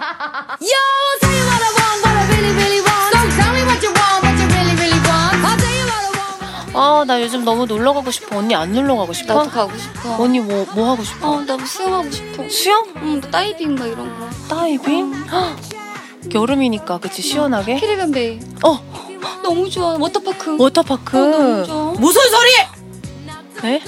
Yo, tell you what I want, what I really, really want. So tell me what you want, what you really, really want. I'll tell you what I want. 아, 나 요즘 너무 놀러 가고 싶어. 언니 안 놀러 가고 싶어? 나도 가고 싶어. 언니 뭐, 뭐 하고 싶어? 어, 나 수영하고 싶어. 수영? 응, 뭐 다이빙 막 이런 거. 다이빙? 헉, 여름이니까, 그치? 시원하게? 캐리밴 베이. 어, 너무 좋아. 워터파크. 워터파크. 어, 너무 좋아. 무슨 소리! 네?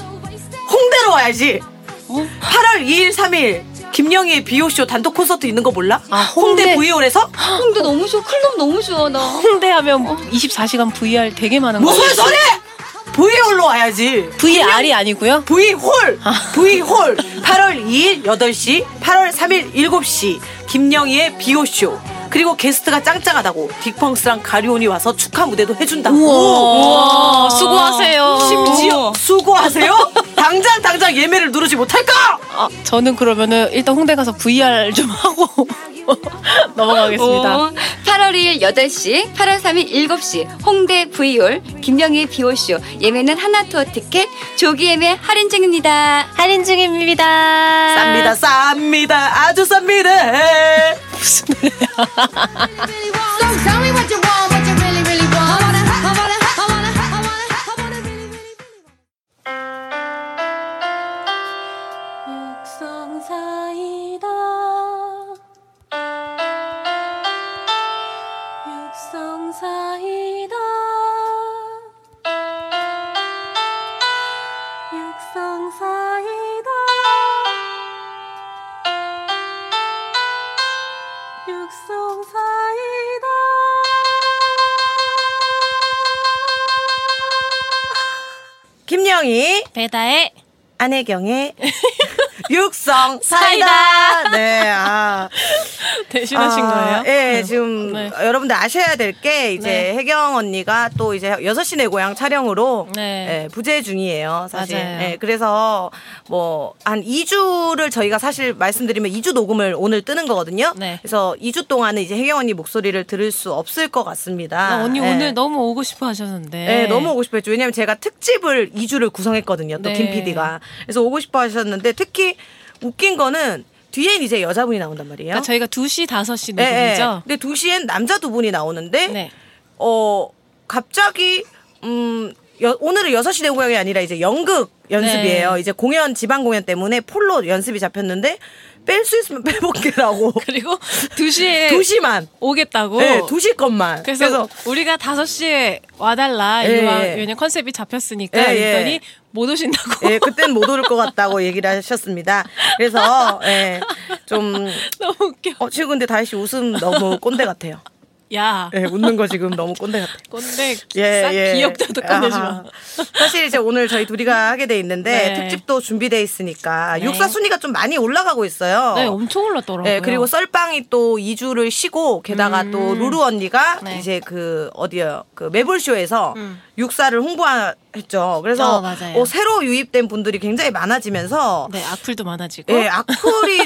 홍대로 와야지! 어? 8월 2일, 3일 김영희의 비오쇼 단독 콘서트 있는 거 몰라? 아, 홍대 홍대. V홀에서? 홍대 너무 좋아. 클럽 너무 좋아, 나. 홍대 하면 24시간 VR 되게 많은 거. 무슨 소리! V홀로 와야지! VR이 아니고요? V홀! V홀! 8월 2일 8시, 8월 3일 7시 김영희의 비오쇼 그리고 게스트가 짱짱하다고 딕펑스랑 가리온이 와서 축하 무대도 해준다고 우와, 수고하세요. 심지어 수고하세요? 당장 당장 예매를 누르지 못할까? 아, 저는 그러면은 일단 홍대 가서 VR 좀 하고 넘어가겠습니다. 어, 8월 2일 8시, 8월 3일 7시 홍대 V홀 김영희 비오쇼 예매는 하나투어 티켓 조기 예매 할인 중입니다. 할인 중입니다. 쌉니다 쌉니다 아주 쌉니다 So tell me what you want, what you really, really want. I wanna, I wanna, I wanna, I wanna, I wanna really, really, really want. 육성사이다 육성사이다 육성사이다 육성사이다 김영희 배다의 안혜경의 육성 사이다 네아 대신하신 거예요? 예, 지금 네. 여러분들 아셔야 될 게 이제 네. 혜경 언니가 또 이제 여섯 시내 고향 촬영으로 네. 예, 부재 중이에요, 사실. 맞아요. 예, 그래서 뭐 한 2주를 저희가 사실 말씀드리면 2주 녹음을 오늘 뜨는 거거든요. 네. 그래서 2주 동안은 이제 혜경 언니 목소리를 들을 수 없을 것 같습니다. 나 아, 언니 예. 오늘 너무 오고 싶어 하셨는데. 네, 너무 오고 싶어 했죠. 왜냐면 제가 특집을 2주를 구성했거든요. 또 네. 김 PD가. 그래서 오고 싶어 하셨는데 특히 웃긴 거는 뒤엔 이제 여자분이 나온단 말이에요. 그러니까 저희가 2시, 5시 예, 예. 녹음이죠? 근데 2시엔 남자 두 분이 나오는데 네. 어 갑자기 음 여- 오늘은 6시 내 고향이 아니라 이제 연극 연습이에요. 네. 이제 공연 지방 공연 때문에 폴로 연습이 잡혔는데 뺄 수 있으면 빼볼게라고. 그리고 2시에 2시만. 네. 오겠다고. 네, 2시 것만. 그래서, 우리가 5시에 와달라. 예, 이거 예. 왜냐면 컨셉이 잡혔으니까. 예, 예. 그랬더니 못 오신다고. 예, 그땐 못 오를 것 같다고 얘기를 하셨습니다. 그래서, 예, 좀, 너무 웃겨. 어, 지금 근데 다시 웃음 너무 꼰대 같아요. 야. 예, 웃는 거 지금 너무 꼰대 같아요. 꼰대 예, 싹 예. 귀엽다도 꺼내지 마. 아하. 사실 이제 오늘 저희 둘이가 하게 돼 네. 있는데 특집도 준비돼 있으니까 네. 육사 순위가 좀 많이 올라가고 있어요. 네, 엄청 올랐더라고요. 예, 그리고 썰빵이 또 2주를 쉬고 게다가 또 루루 언니가 음. 네. 이제 그 어디요 그 매볼쇼에서 육사를 홍보했죠. 그래서 어, 맞아요. 어, 새로 유입된 분들이 굉장히 많아지면서 네, 악플도 많아지고. 예, 악플이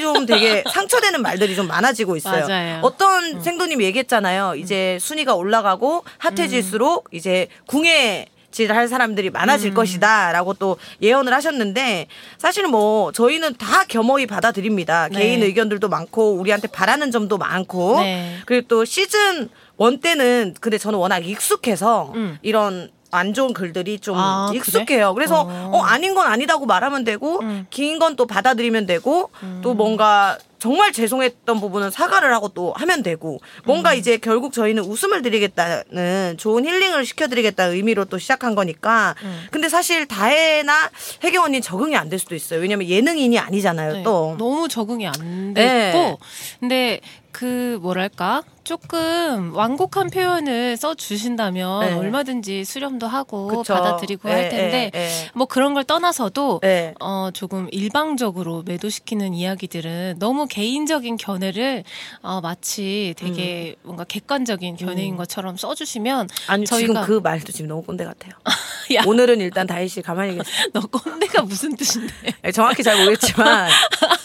좀 되게 상처되는 말들이 좀 많아지고 있어요. 맞아요. 음. 어떤 생도님 얘기했잖아요. 이제 순위가 올라가고 음. 핫해질수록 이제 궁예 질할 사람들이 많아질 것이다라고 또 예언을 하셨는데 사실 뭐 저희는 다 겸허히 받아들입니다. 네. 개인 의견들도 많고 우리한테 바라는 점도 많고 네. 그리고 또 시즌 원 때는 근데 저는 워낙 익숙해서 이런 안 좋은 글들이 좀 음. 아, 익숙해요. 그래? 서 어. 음. 어 아닌 건 아니다고 말하면 되고 긴 건 또 받아들이면 되고 또 뭔가 정말 죄송했던 부분은 사과를 하고 또 하면 되고 음. 뭔가 이제 결국 저희는 웃음을 드리겠다는 좋은 힐링을 시켜드리겠다는 의미로 또 시작한 거니까 음. 근데 사실 다혜나 혜경 언니 적응이 안 될 수도 있어요 왜냐면 예능인이 아니잖아요 네, 또 너무 적응이 안 네. 됐고 근데 그 뭐랄까 조금 완곡한 표현을 써 주신다면 네. 얼마든지 수렴도 하고 그쵸. 받아들이고 예, 할 텐데 예, 예. 뭐 그런 걸 떠나서도 네. 어 조금 일방적으로 매도시키는 이야기들은 너무 개인적인 견해를 어 마치 되게 뭔가 객관적인 견해인 것처럼 써주시면 음. 아니 저희가 지금 그 말도 지금 너무 꼰대 같아요 야, 오늘은 일단 다혜 씨 가만히 계세요 너 꼰대가 무슨 뜻인데? 예, 정확히 잘 모르겠지만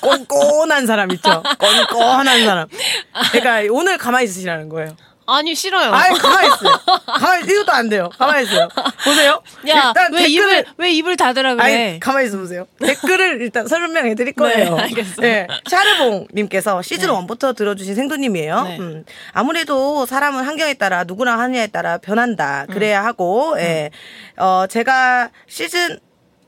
꼰꼰한 사람 있죠. 꼰꼰한 사람. 그러니까 오늘 가만히 있으시라는 거예요. 아니 싫어요. 아이 가만히 있어요. 가만히 이것도 안 돼요. 가만히 있어요. 보세요. 야, 일단 왜 댓글을 입을 왜 입을 닫으라 아니 그래? 가만히 있어 보세요. 댓글을 일단 설명해 드릴 거예요. 네, 알겠어요. 예, 샤르봉님께서 시즌 원부터 들어주신 생도님이에요. 네. 음, 아무래도 사람은 환경에 따라 누구랑 하느냐에 따라 변한다. 그래야 음. 하고, 예. 어, 제가 시즌,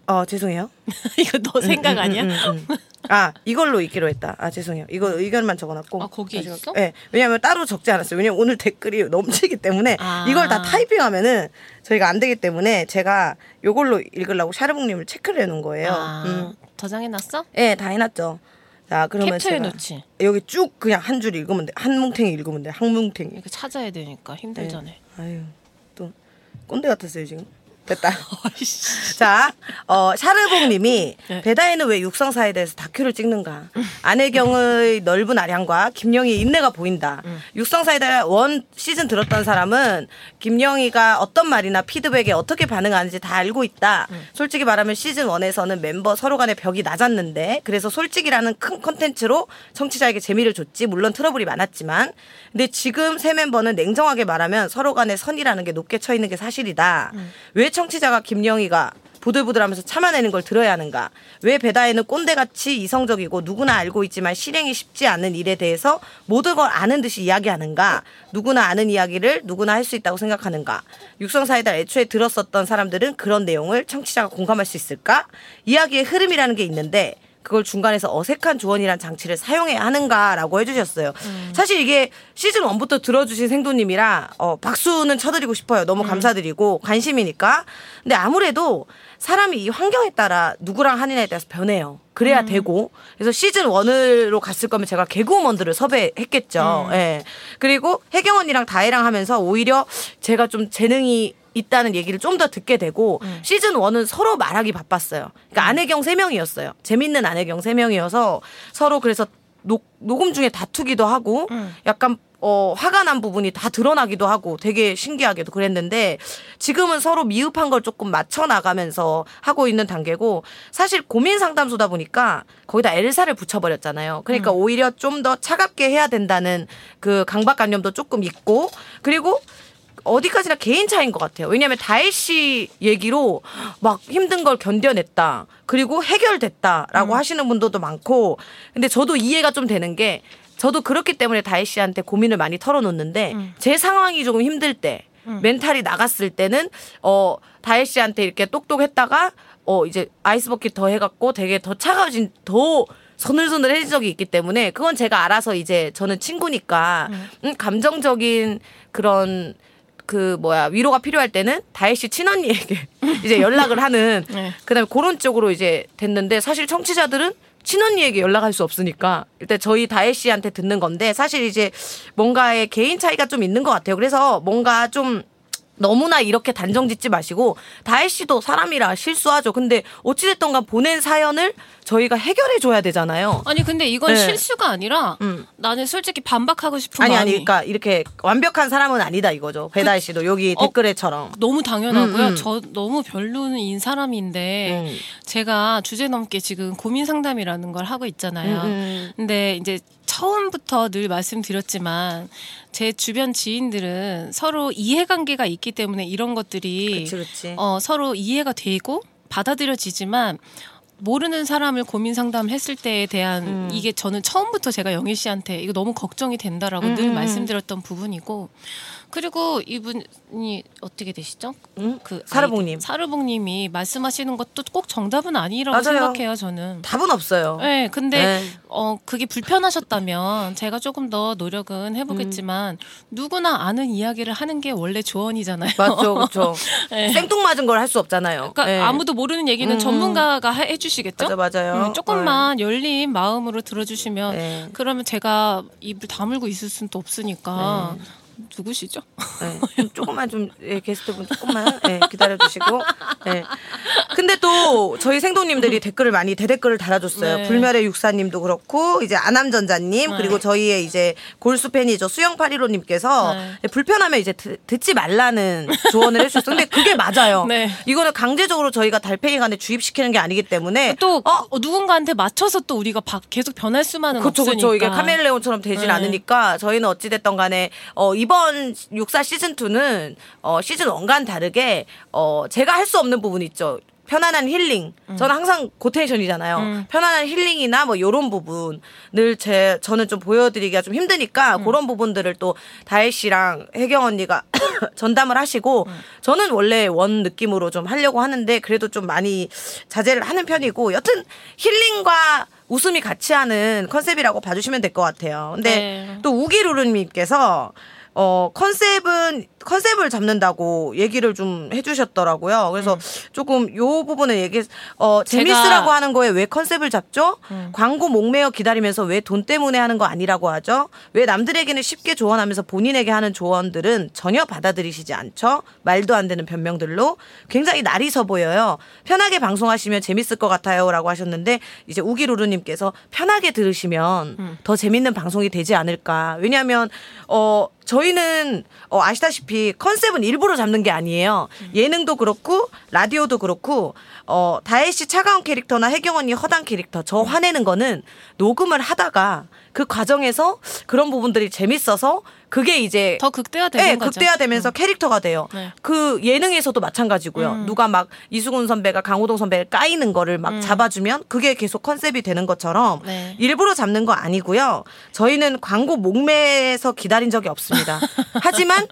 어, 죄송해요. 이거 너 생각 아니야? 음, 음, 음. 아 이걸로 읽기로 했다. 아 죄송해요. 이거 의견만 적어놨고. 아, 거기에 있어? 네, 왜냐면 따로 적지 않았어요. 왜냐면 오늘 댓글이 넘치기 때문에 아. 이걸 다 타이핑하면은 저희가 안 되기 때문에 제가 요걸로 읽으려고 샤르봉님을 체크를 해놓은 거예요. 아, 음. 저장해놨어? 네, 다 해놨죠. 자 그러면 제가 캡처해놓지. 여기 쭉 그냥 한 줄 읽으면 돼. 한 뭉탱이 읽으면 돼. 한 뭉탱이. 이렇게 찾아야 되니까 힘들잖아. 요 아유 또 꼰대 같았어요 지금. 됐다. 아이씨. 자, 어, 샤르봉님이 네. 배다이는 왜 육성사에 대해서 다큐를 찍는가? 안혜경의 넓은 아량과 김영희의 인내가 보인다. 음. 육성사에 대해 원 시즌 들었던 사람은 김영희가 어떤 말이나 피드백에 어떻게 반응하는지 다 알고 있다. 음. 솔직히 말하면 시즌 원에서는 멤버 서로 간의 벽이 낮았는데 그래서 솔직이라는 큰 컨텐츠로 청취자에게 재미를 줬지 물론 트러블이 많았지만 근데 지금 새 멤버는 냉정하게 말하면 서로 간의 선이라는 게 높게 처 있는 게 사실이다. 왜 청취자가 김영희가 보들보들하면서 참아내는 걸 들어야 하는가? 왜 배다혜는 꼰대같이 이성적이고 누구나 알고 있지만 실행이 쉽지 않은 일에 대해서 모든 걸 아는 듯이 이야기하는가? 누구나 아는 이야기를 누구나 할 수 있다고 생각하는가? 육성사이다 애초에 들었었던 사람들은 그런 내용을 청취자가 공감할 수 있을까? 이야기의 흐름이라는 게 있는데 그걸 중간에서 어색한 조언이란 장치를 사용해야 하는가라고 해주셨어요. 사실 이게 시즌 1부터 들어주신 생도님이라 어, 박수는 쳐드리고 싶어요. 너무 감사드리고 관심이니까. 근데 아무래도 사람이 이 환경에 따라 누구랑 하느냐에 따라서 변해요. 그래야 되고 그래서 시즌 1으로 갔을 거면 제가 개그우먼들을 섭외했겠죠. 예. 그리고 혜경 언니랑 다혜랑 하면서 오히려 제가 좀 재능이 있다는 얘기를 좀 더 듣게 되고 시즌 1은 서로 말하기 바빴어요. 그러니까 안혜경 3명이었어요. 재밌는 안혜경 3명이어서 서로 그래서 녹, 녹음 중에 다투기도 하고 약간 어, 화가 난 부분이 다 드러나기도 하고 되게 신기하게도 그랬는데 지금은 서로 미흡한 걸 조금 맞춰 나가면서 하고 있는 단계고 사실 고민 상담소다 보니까 거기다 엘사를 붙여버렸잖아요. 그러니까 오히려 좀 더 차갑게 해야 된다는 그 강박관념도 조금 있고 그리고 어디까지나 개인 차인 것 같아요. 왜냐하면 다혜 씨 얘기로 막 힘든 걸 견뎌냈다. 그리고 해결됐다라고 하시는 분들도 많고. 근데 저도 이해가 좀 되는 게 저도 그렇기 때문에 다혜 씨한테 고민을 많이 털어놓는데 제 상황이 조금 힘들 때 멘탈이 나갔을 때는 어 다혜 씨한테 이렇게 똑똑했다가 어 이제 아이스 버킷 더 해갖고 되게 더 차가워진 더 서늘서늘해진 적이 있기 때문에 그건 제가 알아서 이제 저는 친구니까 음, 감정적인 그런 그 뭐야 위로가 필요할 때는 다혜 씨 친언니에게 이제 연락을 하는 네. 그다음에 그런 쪽으로 이제 됐는데 사실 청취자들은 친언니에게 연락할 수 없으니까 일단 저희 다혜 씨한테 듣는 건데 사실 이제 뭔가의 개인 차이가 좀 있는 것 같아요. 그래서 뭔가 좀 너무나 이렇게 단정짓지 마시고 다혜 씨도 사람이라 실수하죠. 근데 어찌됐든 간 보낸 사연을 저희가 해결해 줘야 되잖아요. 아니 근데 이건 네. 실수가 아니라 음. 나는 솔직히 반박하고 싶은 아니 아니 마음이 그러니까 이렇게 완벽한 사람은 아니다 이거죠. 배다혜 씨도 여기 어. 댓글에처럼 너무 당연하고요. 음, 음. 저 너무 별로인 사람인데 음. 제가 주제 넘게 지금 고민 상담이라는 걸 하고 있잖아요. 음, 음. 근데 이제 처음부터 늘 말씀드렸지만 제 주변 지인들은 서로 이해관계가 있기 때문에 이런 것들이 그치 그치. 어, 서로 이해가 되고 받아들여지지만 모르는 사람을 고민 상담했을 때에 대한 음. 이게 저는 처음부터 제가 영희 씨한테 이거 너무 걱정이 된다라고 음, 늘 말씀드렸던 부분이고 그리고 이분이 어떻게 되시죠? 응? 그 아이디- 사르봉님. 사르봉님이 말씀하시는 것도 꼭 정답은 아니라고 맞아요. 생각해요 저는. 답은 없어요. 네, 근데 네. 어 그게 불편하셨다면 제가 조금 더 노력은 해보겠지만 누구나 아는 이야기를 하는 게 원래 조언이잖아요. 맞죠, 그렇죠. 네. 생뚱맞은 걸 할 수 없잖아요. 그러니까 네. 아무도 모르는 얘기는 전문가가 해- 해주시겠죠? 맞아, 맞아요. 음, 조금만 열린 마음으로 들어주시면 네. 그러면 제가 입을 다물고 있을 수는 또 없으니까 누구시죠? 네. 좀 조금만 좀 예, 게스트분 조금만 예, 기다려주시고. 예. 근데 또 저희 생도님들이 댓글을 많이 대댓글을 달아줬어요. 네. 불멸의 육사님도 그렇고 이제 안암전자님 네. 그리고 저희의 이제 골수 팬이죠 수영파리로님께서 네. 불편하면 이제 드- 듣지 말라는 조언을 해주셨어요. 근데 그게 맞아요. 네. 이거는 강제적으로 저희가 달팽이간에 주입시키는 게 아니기 때문에 또 어, 어, 누군가한테 맞춰서 또 우리가 바- 계속 변할 수만은 그쵸, 없으니까. 그쵸. 이게 카멜레온처럼 되진 네. 않으니까 저희는 어찌됐던 간에 어, 이번 64 시즌 2는 어, 시즌 1과는 다르게 어, 제가 할 수 없는 부분 있죠. 편안한 힐링. 저는 항상 고테이션이잖아요. 편안한 힐링이나 뭐 요런 부분을 제 저는 좀 보여드리기가 좀 힘드니까 그런 부분들을 또 다혜 씨랑 혜경 언니가 전담을 하시고 저는 원래 원 느낌으로 좀 하려고 하는데 그래도 좀 많이 자제를 하는 편이고 여튼 힐링과 웃음이 같이 하는 컨셉이라고 봐주시면 될 것 같아요. 근데 네. 또 우기루루님께서 어 컨셉은 컨셉을 잡는다고 얘기를 좀 해주셨더라고요. 그래서 조금 요 부분을 얘기 어 재밌으라고 하는 거에 왜 컨셉을 잡죠? 광고 목매어 기다리면서 왜 돈 때문에 하는 거 아니라고 하죠? 왜 남들에게는 쉽게 조언하면서 본인에게 하는 조언들은 전혀 받아들이시지 않죠? 말도 안 되는 변명들로 굉장히 날이서 보여요. 편하게 방송하시면 재밌을 것 같아요라고 하셨는데 이제 우기루루님께서 편하게 들으시면 더 재밌는 방송이 되지 않을까? 왜냐하면 어 저희는 어, 아시다시피 컨셉은 일부러 잡는 게 아니에요. 예능도 그렇고 라디오도 그렇고 어, 다혜 씨 차가운 캐릭터나 혜경 언니 허당 캐릭터 저 화내는 거는 녹음을 하다가 그 과정에서 그런 부분들이 재밌어서 그게 이제 더 극대화되는 예, 거죠. 음. 극대화되면서 캐릭터가 돼요. 네. 음. 그 예능에서도 마찬가지고요. 누가 막 이수근 선배가 강호동 선배를 까이는 거를 막 잡아주면 그게 계속 컨셉이 되는 것처럼 네. 일부러 잡는 거 아니고요. 저희는 광고 목매에서 기다린 적이 없습니다. 하지만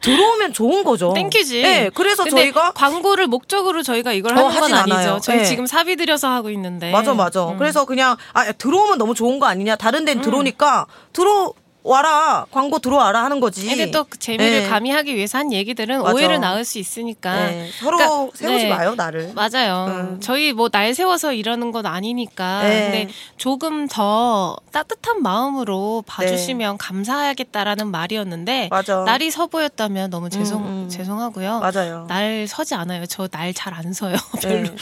들어오면 좋은 거죠. 땡큐지. 네, 그래서 근데 저희가 광고를 목적으로 저희가 이걸 어, 하는 건 하진 아니죠. 않아요. 저희 예. 지금 사비 들여서 하고 있는데. 맞아 맞아. 음. 그래서 그냥 아 들어오면 너무 좋은 거 아니냐. 다른 데는 들어오니까 들어와라 광고 들어와라 하는 거지. 근데 또 그 재미를 네. 가미하기 위해서 한 얘기들은 맞아. 오해를 낳을 수 있으니까 그러니까 네, 서로 세우지 마요, 나를. 맞아요. 음. 저희 뭐 날 세워서 이러는 건 아니니까 네. 근데 조금 더 따뜻한 마음으로 봐주시면 감사하겠다라는 말이었는데 네. 맞아. 음, 날이 서보였다면 너무 죄송 죄송하고요. 맞아요. 날 서지 않아요. 저 날 잘 안 서요. 네. 별로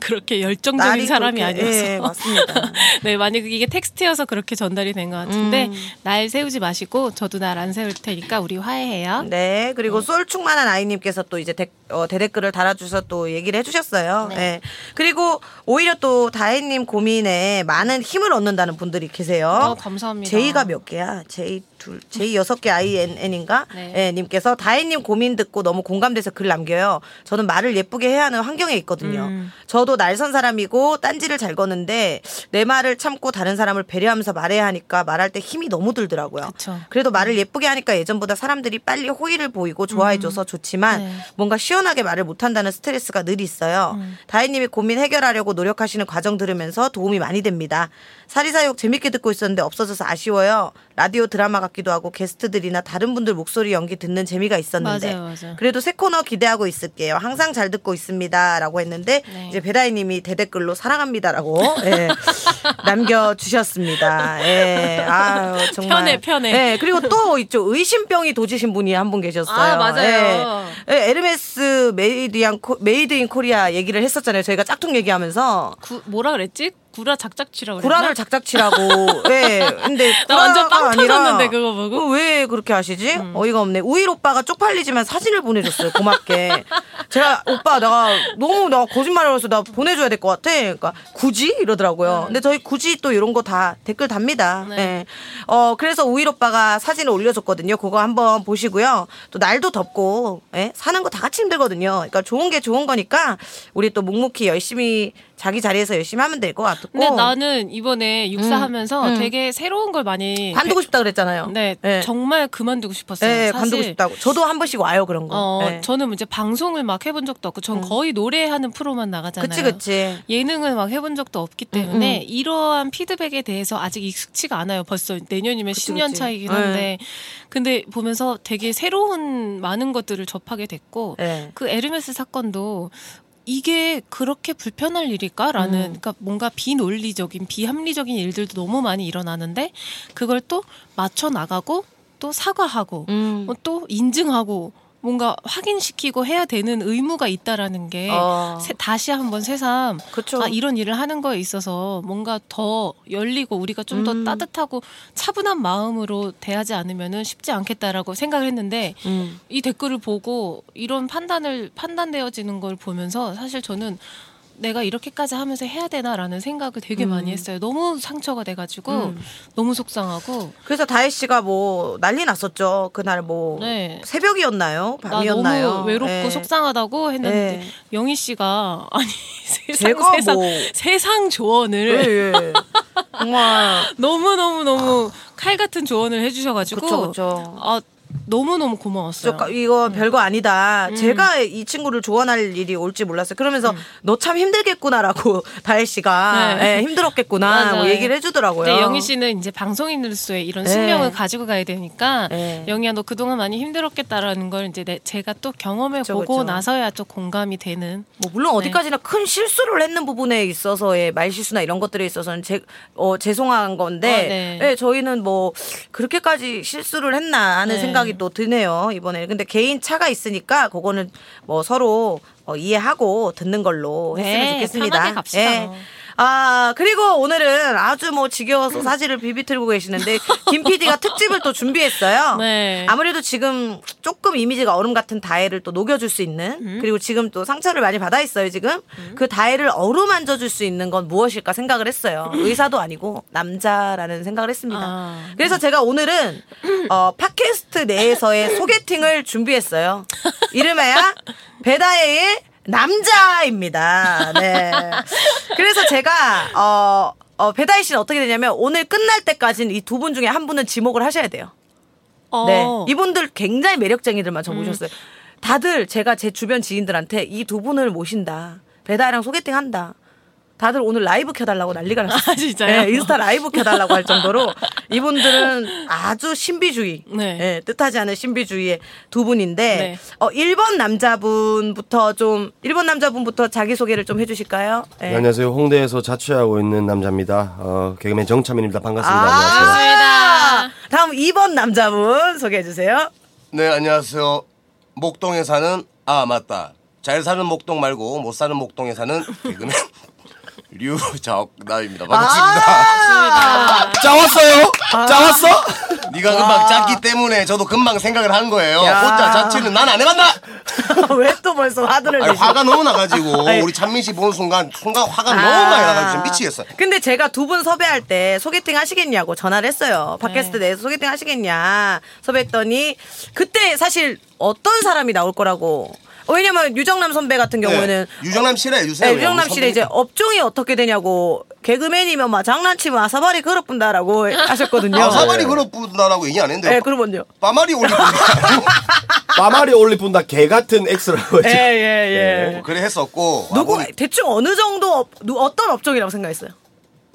그렇게 열정적인 사람이 그렇게- 아니어서. 예, 맞습니다. 네, 만약 이게 텍스트여서 그렇게 전달이 된 것 같은데 음. 날 세우지 마시고 저도 날 안 세울 테니까 우리 화해해요. 네, 그리고 쏠충만한 아이님께서 또 이제 대, 어, 대댓글을 달아주셔서 또 얘기를 해주셨어요. 네. 그리고 오히려 또 다혜님 고민에 많은 힘을 얻는다는 분들이 계세요. 어, 감사합니다. 제이가 아, 몇 개야? 제이 둘, 제이 여섯 개 INN인가? 네. 네, 님께서 다혜님 고민 듣고 너무 공감돼서 글 남겨요. 저는 말을 예쁘게 해야 하는 환경에 있거든요. 음. 저도 날선 사람이고 딴지를 잘 거는데 내 말을 참고 다른 사람을 배려하면서 말해야 하니까 말할 때 힘이 너무 들더라고요. 그쵸. 그래도 말을 예쁘게 하니까 예전보다 사람들이 빨리 호의를 보이고 좋아해줘서 좋지만 네. 뭔가 시원하게 말을 못한다는 스트레스가 늘 있어요. 음. 다혜님이 고민 해결하려고 노력하시는 과정 들으면서 도움이 많이 됩니다. 사리사욕 재밌게 듣고 있었는데 없어져서 아쉬워요. 라디오 드라마 같기도 하고 게스트들이나 다른 분들 목소리 연기 듣는 재미가 있었는데 맞아요, 맞아요. 그래도 새 코너 기대하고 있을게요. 항상 잘 듣고 있습니다라고 했는데 네. 이제 배다희님이 대댓글로 사랑합니다라고 예, 남겨주셨습니다. 예, 아유 정말 편해, 편해. 예, 그리고 또 있죠 의심병이 도지신 분이 한 분 계셨어요. 아, 맞아요. 예, 예, 에르메스 메이드인 코, 메이드 인 코리아 얘기를 했었잖아요. 저희가 짝퉁 얘기하면서 구, 뭐라 그랬지? 구라 작작치라고 그랬나? 구라를 작작치라고. 예. 근데 나 완전 구라가 빵 아니라 터졌는데, 그거 보고. 음. 어, 왜 그렇게 하시지? 어이가 없네. 우일 오빠가 쪽팔리지만 사진을 보내줬어요. 고맙게. 제가 오빠 내가 너무 나 거짓말을 해서 나 보내줘야 될 것 같아. 그러니까 굳이 이러더라고요. 근데 저희 굳이 또 이런 거 다 댓글 답니다. 네. 예. 어 그래서 우일 오빠가 사진을 올려줬거든요. 그거 한번 보시고요. 또 날도 덥고 예? 사는 거 다 같이 힘들거든요. 그러니까 좋은 게 좋은 거니까 우리 또 묵묵히 열심히 자기 자리에서 열심히 하면 될 것 같고. 근데 나는 이번에 육사하면서 되게 새로운 걸 많이 음. 관두고 싶다 그랬잖아요. 예, 네, 예. 정말 그만두고 싶었어요. 예, 사실 관두고 싶다고. 저도 한 번씩 와요 그런 거. 어, 예. 저는 이제 방송을 막 해본 적도 없고, 전 거의 노래하는 프로만 나가잖아요. 음. 그치 음, 그치. 예능을 막 해본 적도 없기 때문에 이러한 피드백에 대해서 아직 익숙치가 않아요. 벌써 내년이면 10년 그치. 차이긴 네. 한데. 근데 보면서 되게 새로운 많은 것들을 접하게 됐고 예. 그 에르메스 사건도 이게 그렇게 불편할 일일까라는 음. 그러니까 뭔가 비논리적인 비합리적인 일들도 너무 많이 일어나는데 그걸 또 맞춰 나가고 또 사과하고 음. 어, 또 인증하고 뭔가 확인시키고 해야 되는 의무가 있다라는 게 어. 세- 다시 한번 새삼 그쵸. 아, 이런 일을 하는 거에 있어서 뭔가 더 열리고 우리가 좀 더 음. 따뜻하고 차분한 마음으로 대하지 않으면 쉽지 않겠다라고 생각을 했는데 음. 이 댓글을 보고 이런 판단을 판단되어지는 걸 보면서 사실 저는 내가 이렇게까지 하면서 해야 되나라는 생각을 음. 되게 많이 했어요. 너무 상처가 돼가지고 너무 속상하고 그래서 다혜 씨가 뭐 난리 났었죠. 그날 뭐 네. 새벽이었나요? 나 밤이었나요? 너무 외롭고 네. 속상하다고 했는데 네. 영희 씨가 아니 세상 제가 세상 뭐- 세상 예, 조언을 예. 정말 너무 너무 너무 칼 같은 조언을 해주셔가지고 그쵸, 그쵸. 아 너무 너무 고마웠어요. 저 까- 이거 음. 별거 아니다. 제가 이 친구를 조언할 일이 올지 몰랐어요. 그러면서 너 참 힘들겠구나라고 다혜 씨가 음. 네. 예, 힘들었겠구나 뭐 맞아요. 얘기를 해주더라고요. 근데 영희 씨는 이제 방송인으로서의 이런 네. 신명을 가지고 가야 되니까 네. 영희야 너 그동안 많이 힘들었겠다라는 걸 이제 내, 제가 또 경험해 그쵸, 보고 그쵸. 나서야 또 공감이 되는 뭐 물론 어디까지나 큰 실수를 했는 부분에 있어서의 말 실수나 이런 것들에 있어서는 제, 어, 죄송한 건데 아, 네. 예, 저희는 뭐 그렇게까지 실수를 했나 하는 네. 생각이 또 드네요 이번에 근데 개인 차가 있으니까 그거는 뭐 서로 어, 이해하고 듣는 걸로 했으면 네, 좋겠습니다. 예. 편하게 갑시다. 아 그리고 오늘은 아주 뭐 지겨워서 사지를 비비틀고 계시는데 김 PD가 특집을 또 준비했어요. 네. 아무래도 지금 조금 이미지가 얼음 같은 다해를 또 녹여줄 수 있는 음. 그리고 지금 또 상처를 많이 받아 있어요 지금 그 다해를 어루만져줄 수 있는 건 무엇일까 생각을 했어요 의사도 아니고 남자라는 생각을 했습니다 음. 아, 그래서 제가 오늘은 어, 팟캐스트 내에서의 소개팅을 준비했어요 이름하여 배다해의 남자입니다 네 그래서 제가 어, 어, 배다혜 씨는 어떻게 되냐면 오늘 끝날 때까지는 이 두 분 중에 한 분은 지목을 하셔야 돼요 어, 음. 네. 이분들 굉장히 매력쟁이들만 적으셨어요. 다들 제가 제 주변 지인들한테 이 두 분을 모신다. 배다이랑 소개팅 한다. 다들 오늘 라이브 켜달라고 난리가 났어요. 아, 진짜요? 네, 인스타 라이브 켜달라고 할 정도로 이분들은 아주 신비주의, 네. 예, 뜻하지 않은 신비주의의 두 분인데 네. 어, 1번 남자분부터 좀 1번 남자분부터 자기 소개를 좀 해주실까요? 예. 네, 안녕하세요. 홍대에서 자취하고 있는 남자입니다. 어, 개그맨 정차민입니다. 반갑습니다. 안녕하세요. 아, 다음 2번 남자분 소개해 주세요. 네 안녕하세요 목동에 사는 아 맞다 잘 사는 목동 말고 못 사는 목동에 사는 개그맨 류자옥남입니다 반갑습니다 짜왔어요? 짜왔어? 네가 금방 짰기 때문에 저도 금방 생각을 한 거예요 혼자 자취는 난 안 해봤다 왜 또 벌써 화들을 아니, 내시고. 화가 너무 나가지고 아니. 우리 찬민 씨 보는 순간 순간 화가 너무 많이 나가지고 미치겠어 아. 근데 제가 두 분 섭외할 때 소개팅 하시겠냐고 전화를 했어요. 팟캐스트 내에서 소개팅 하시겠냐 섭외했더니 그때 사실 어떤 사람이 나올 거라고. 왜냐면 유정남 선배 같은 경우에는 네. 유정남 씨래 유세 네, 유정남 씨는 이제 업종이 어떻게 되냐고 개그맨이면 막 장난치면 아사바리 그렇뿐다라고 하셨거든요. 아 사발이 그렇구나라고 얘기 안 했는데 어. 네, 그러면요. 빠마리 올리고 빠마리 올리분다 개 같은 X라고 예, 했죠. 예, 예. 그래 했었고 누구 네. 아버님, 뭐 대충 어느 정도 업, 누- 어떤 업종이라고 생각했어요?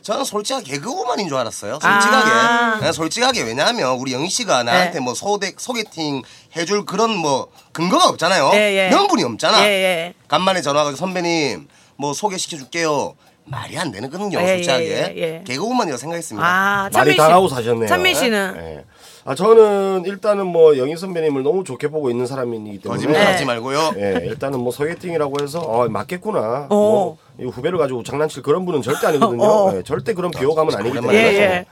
저는 솔직하게 개그우먼인 줄 알았어요. 솔직하게. 아. 네, 솔직하게 왜냐하면 우리 영희 씨가 네. 나한테 뭐 소대 소개팅 해줄 그런 뭐 근거가 없잖아요. 예, 예. 명분이 없잖아. 예, 예. 간만에 전화가 선배님 뭐 소개시켜 줄게요. 말이 안 되는거든요. 예, 솔직하게 예, 예, 예. 개그우먼이라고 생각했습니다. 아, 많이 찬민 씨. 당하고 사셨네요. 찬민 씨는 예. 아, 저는 일단은 뭐 영희 선배님을 너무 좋게 보고 있는 사람이기 때문에 네. 거짓말하지 말고요. 예, 일단은 뭐 소개팅이라고 해서 어, 맞겠구나. 뭐, 이 후배를 가지고 장난칠 그런 분은 절대 아니거든요. 어. 예, 절대 그런 비호감은 아니기 때문에. 오랜만에 예, 예.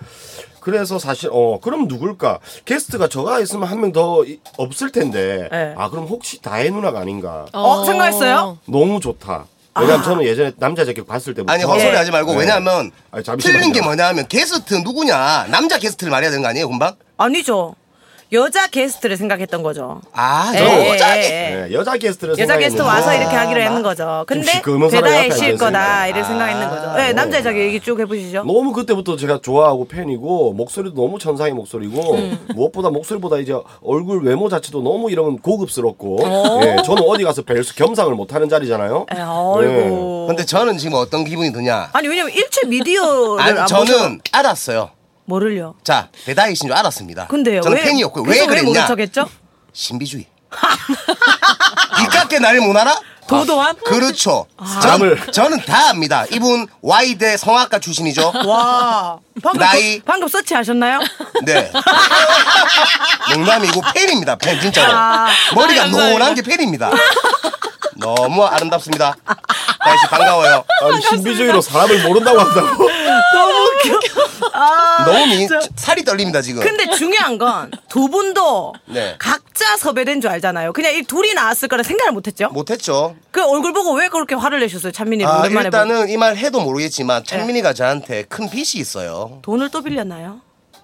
그래서 사실 어 그럼 누굴까 게스트가 저가 있으면 한 명 더 없을 텐데 예. 아 그럼 혹시 다혜 누나가 아닌가 어, 아. 생각했어요? 너무 좋다. 왜냐면 저는 예전에 남자 자격 봤을 때부터 어. 아니 헛소리 하지 말고 네. 예. 왜냐하면 아니, 잠시만요. 틀린 게 뭐냐면 게스트 누구냐 남자 게스트를 말해야 되는 거 아니에요 금방? 아니죠. 여자 게스트를 생각했던 거죠. 아 예, 저 예, 짜게 예. 예, 여자 게스트를 여자 게스트 와서 생각했는데 아, 이렇게 하기로 했는 거죠. 근데 지금 그 음원 사람이 배다의 앞에 씨일 앉아있으니까. 거다 이를 생각했는 거죠. 아, 뭐. 네, 남자 자기 얘기 쭉 해보시죠. 너무 그때부터 제가 좋아하고 팬이고 목소리도 너무 천상의 목소리고 음. 무엇보다 목소리보다 이제 얼굴 외모 자체도 너무 이런 고급스럽고 예, 저는 어디 가서 뵐수 겸상을 못하는 자리잖아요. 에, 어이구. 예. 근데 저는 지금 어떤 기분이 드냐? 예, 아니 왜냐면 일체 미디어를 안 아니 보셔- 저는 알았어요. 뭐를요? 자, 배다이신 줄 알았습니다. 근데요. 저는 왜, 팬이었고 그래서 왜 모른 그랬냐? 척했죠? 신비주의. 이깎게 나를 못 알아? 도도함? 그렇죠. 아. 사람을- 전, 저는 다 압니다. 이분 Y대 성악가 출신이죠. 와 방금 나이- 그- 방금 서치하셨나요? 네. 농담이고 팬입니다. 팬 진짜로. 아. 머리가 노란 게 팬입니다. 너무 아름답습니다. 다이씨 반가워요. 예. 어, 아니, 신비주의로 사람을 모른다고 한다고? 너무 웃겨. 아, 너무 미, 살이 떨립니다 지금. 근데 중요한 건 두 분도 네. 각 진짜 섭외된 줄 알잖아요. 그냥 이 둘이 나왔을 거라 생각을 못했죠. 못했죠. 그 얼굴 보고 왜 그렇게 화를 내셨어요, 찬민이 뭐- 아, 네, 오랜만에 네. 보고. 일단은 이 말 해도 모르겠지만 창민이가 저한테 큰 빚이 있어요. 돈을 또 빌렸나요?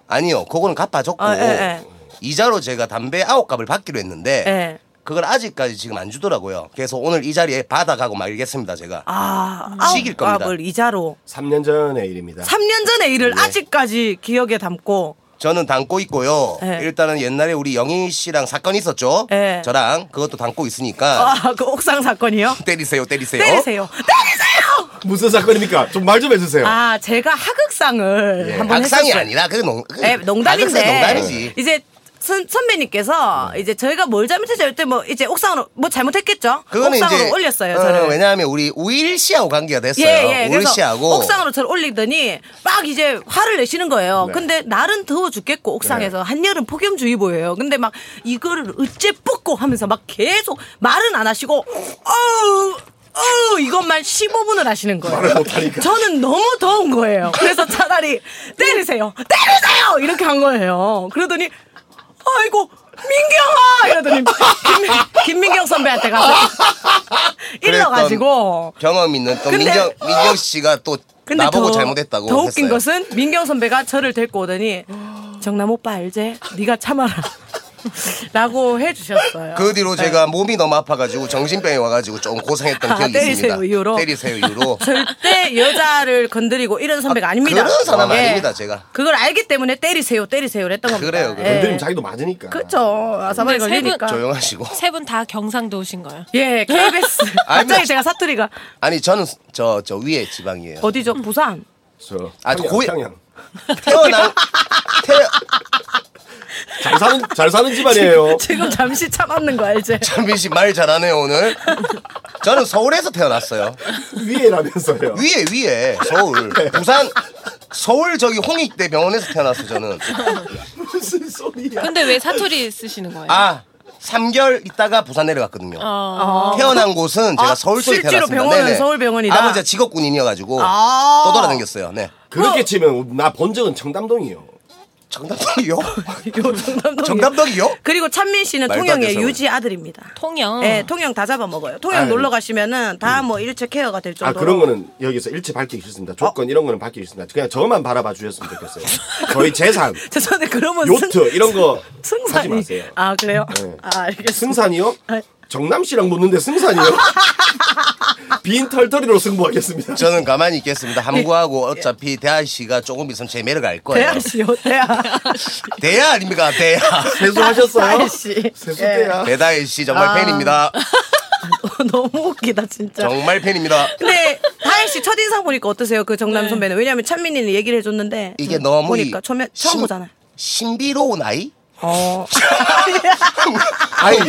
아니요, 그거는 갚아줬고 아, 예, 예. 이자로 제가 담배 아홉 갑을 받기로 했는데 예. 그걸 아직까지 지금 안 주더라고요. 그래서 오늘 이 자리에 받아가고 말겠습니다, 제가. 아, 음. 시킬 아홉 겁니다. 네. 갑을 이자로 3년 전의 일입니다. 3년 전의 일을 아직까지 기억에 담고 저는 담고 있고요. 예. 일단은 옛날에 우리 영희 씨랑 사건 있었죠. 예. 저랑 그것도 담고 있으니까 아, 그 옥상 사건이요? 때리세요, 네. 어? 때리세요. 때리세요. 때리세요! 무슨 사건입니까? 좀 말 좀 해주세요. 아, 제가 하극상을 예, 한번 박상이 했었어요. 아니라 그 농, 그 에, 농담인데. 네. 박학생 농담이지. 네. 이제 선, 선배님께서 이제 저희가 뭘 잘못했죠? 이때 뭐 이제 옥상으로 뭐 잘못했겠죠? 그거는 옥상으로 이제 올렸어요, 어, 저를. 왜냐하면 우리 우일 씨하고 관계가 됐어요. 예, 예. 우일 그래서 씨하고 옥상으로 저를 올리더니 막 이제 화를 내시는 거예요. 네. 근데 날은 더워 죽겠고 옥상에서 네. 한여름 폭염주의보예요. 근데 막 이거를 어째 뽑고 하면서 막 계속 말은 안 하시고 어우 어 이것만 15분을 하시는 거예요. 저는 너무 더운 거예요. 그래서 차라리 때리세요, 때리세요 이렇게 한 거예요. 그러더니 아이고 민경아 이러더니 김, 김민경 선배한테 가서 일러가지고 경험 있는 또 근데- 민경 민경 씨가 또 근데 나보고 더, 잘못했다고 더 웃긴 했어요. 것은 민경 선배가 저를 데리고 오더니 정남 오빠 알제 네가 참아라 라고 해주셨어요. 그 뒤로 제가 몸이 너무 아파가지고 정신병이 와가지고 좀 고생했던 네. 아, 기억이 때리세요 있습니다. 이후로? 때리세요 이후로. 절대 여자를 건드리고 이런 선배가 아, 닙니다 그런 사람 아닙니다 제가. 그걸 알기 때문에 때리세요 때리세요 했던 겁니다. 예. 그래요, 그래요. 건드리면 자기도 맞으니까. 그렇죠. 아사발이 근데 세 걸리니까. 조용하시고. 세 분 다 경상도 오신 거예요. 예, KBS. 갑자기 아닙니다. 제가 사투리가 아니 저는 저 저 위에 지방이에요. 어디죠? 부산. 저 아, 평양, 고이- 평양. 태어난 태어 잘 사는 잘 사는 집안이에요. 지금 잠시 참았는 거 알제? 장빈 씨말 잘하네요 오늘. 저는 서울에서 태어났어요. 위에라면서요. 위에 위에 서울 부산 서울 저기 홍익대 병원에서 태어났어 저는 무슨 소리야? 근데 왜 사투리 쓰시는 거예요? 아 3개월 있다가 부산 내려갔거든요 어. 태어난 곳은 제가 아, 서울 쪽에 실제로 태어났습니다 병원은 서울병원이다. 아버지가 직업군인이어가지고 아. 떠돌아다녔어요 네 그렇게 치면 나 본 적은 청담동이요. 정답덕이요? 정담동이. 정답덕이요? 그리고 찬민 씨는 말도 안 통영의 되죠. 유지 아들입니다. 통영. 예, 통영 다 잡아먹어요. 통영 아유. 예. 놀러 가시면은 다 뭐 일체 케어가 될 아 정도로. 그런 거는 여기서 일체 밝히기 싫습니다. 조건 이런 거는 밝히기 싫습니다. 그냥 저만 바라봐 주셨으면 좋겠어요. 저희 재산, 죄송한데 그러면 요트 이런 거 승, 하지 승산이. 마세요. 아 그래요? 네. 아 알겠습니다. 승산이요? 정남 씨랑 붙는데 승산이요? 빈 털털이로 승부하겠습니다. 저는 가만히 있겠습니다 예. 함구하고 어차피 대하 씨가 조금 있으면 제 매력 알 거예요 대하 씨요, 대하. 대하 아닙니까 대하 세수하셨어요? 대하 씨. 예. 세수대야. 대다혜 씨 정말 아. 팬입니다 어, 너무 웃기다 진짜. 정말 팬입니다 근데 다혜 씨 첫인상 보니까 어떠세요? 그 네. 정남 선배는 왜냐면 찬민이는 얘기를 해줬는데 이게 너무 보니까 이- 처음에 처음 신- 보잖아요. 신비로운 아이? 어. 아이요?